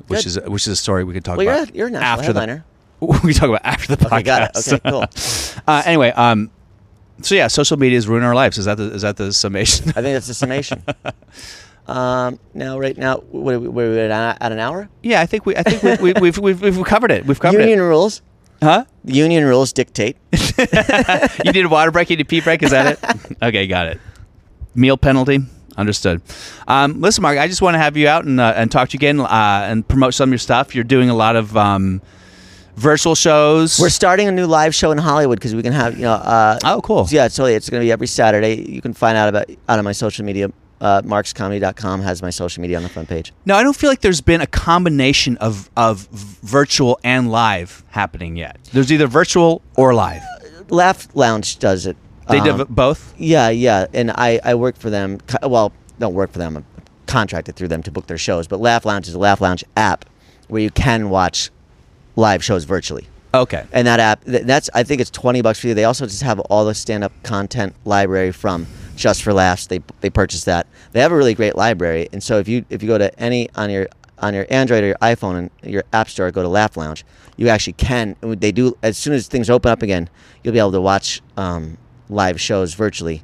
A: which
B: Good.
A: is which is a story we could talk
B: well, you're a,
A: about.
B: you're a national
A: after
B: headliner.
A: the we can talk about after the podcast.
B: okay, got it. Okay, cool.
A: uh, anyway, um, so yeah, social media is ruining our lives. Is that the, is that the summation?
B: I think that's the summation. um, now, right now, what are we, what are we at, uh, at an hour?
A: yeah, I think we I think we, we, we've, we've we've covered it. We've covered
B: Union
A: it.
B: rules.
A: Huh?
B: Union rules dictate.
A: you need a water break. You need a pee break. Is that it? okay, got it. Meal penalty. Understood. Um, listen, Mark, I just want to have you out and, uh, and talk to you again uh, and promote some of your stuff. You're doing a lot of um, virtual shows.
B: We're starting a new live show in Hollywood because we can have you know. Uh,
A: oh, cool.
B: Yeah, totally. It's going to be every Saturday. You can find out about out on my social media. Uh, markscomedy.com has my social media on the front page.
A: No, I don't feel like there's been a combination of, of virtual and live happening yet. There's either virtual or live.
B: Laugh Lounge does it.
A: They
B: Um,
A: did both.
B: Yeah, yeah, and I I work for them. co- Well, don't work for them. I'm contracted through them to book their shows. But Laugh Lounge is a Laugh Lounge app where you can watch live shows virtually.
A: Okay.
B: And that app, th- that's I think it's twenty bucks for you. They also just have all the stand-up content library from Just for Laughs. They they purchase that. They have a really great library. And so if you if you go to any on your on your Android or your iPhone and your App Store, go to Laugh Lounge. You actually can. They do as soon as things open up again, you'll be able to watch um, live shows virtually.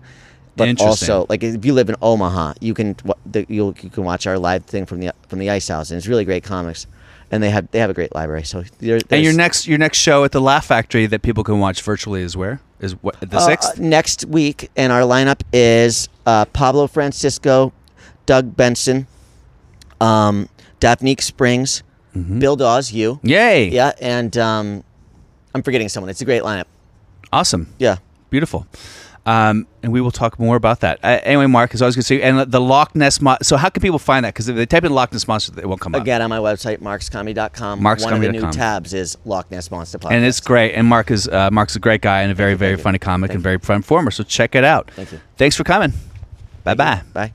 B: But
A: Interesting.
B: also, like if you live in Omaha, you can wa- the, you'll, you can watch our live thing from the from the Ice House, and it's really great comics. And they have they have a great library. So there,
A: And your
B: there's-
A: next your next show at the Laugh Factory that people can watch virtually is where? Is what the
B: Uh,
A: sixth?
B: next week, and our lineup is uh, Pablo Francisco, Doug Benson, um, Daphne Springs, Bill Dawes, you.
A: Mm-hmm. Yay!
B: Yeah, and um, I'm forgetting someone. It's a great lineup.
A: Awesome.
B: Yeah.
A: Beautiful. Um, and we will talk more about that. Uh, anyway, Mark, as always, good to see you. And the Loch Ness Monster. So, how can people find that? Because if they type in Loch Ness Monster, it won't come up.
B: Again, on my website, markscomedy.com. One of the new
A: markscomedy.com.
B: tabs is Loch Ness Monster Podcast.
A: And it's great. And Mark is uh, Mark's a great guy and a very, very funny comic and very fun performer. So check it out.
B: Thank you.
A: Thanks for coming. Bye bye.
B: Bye.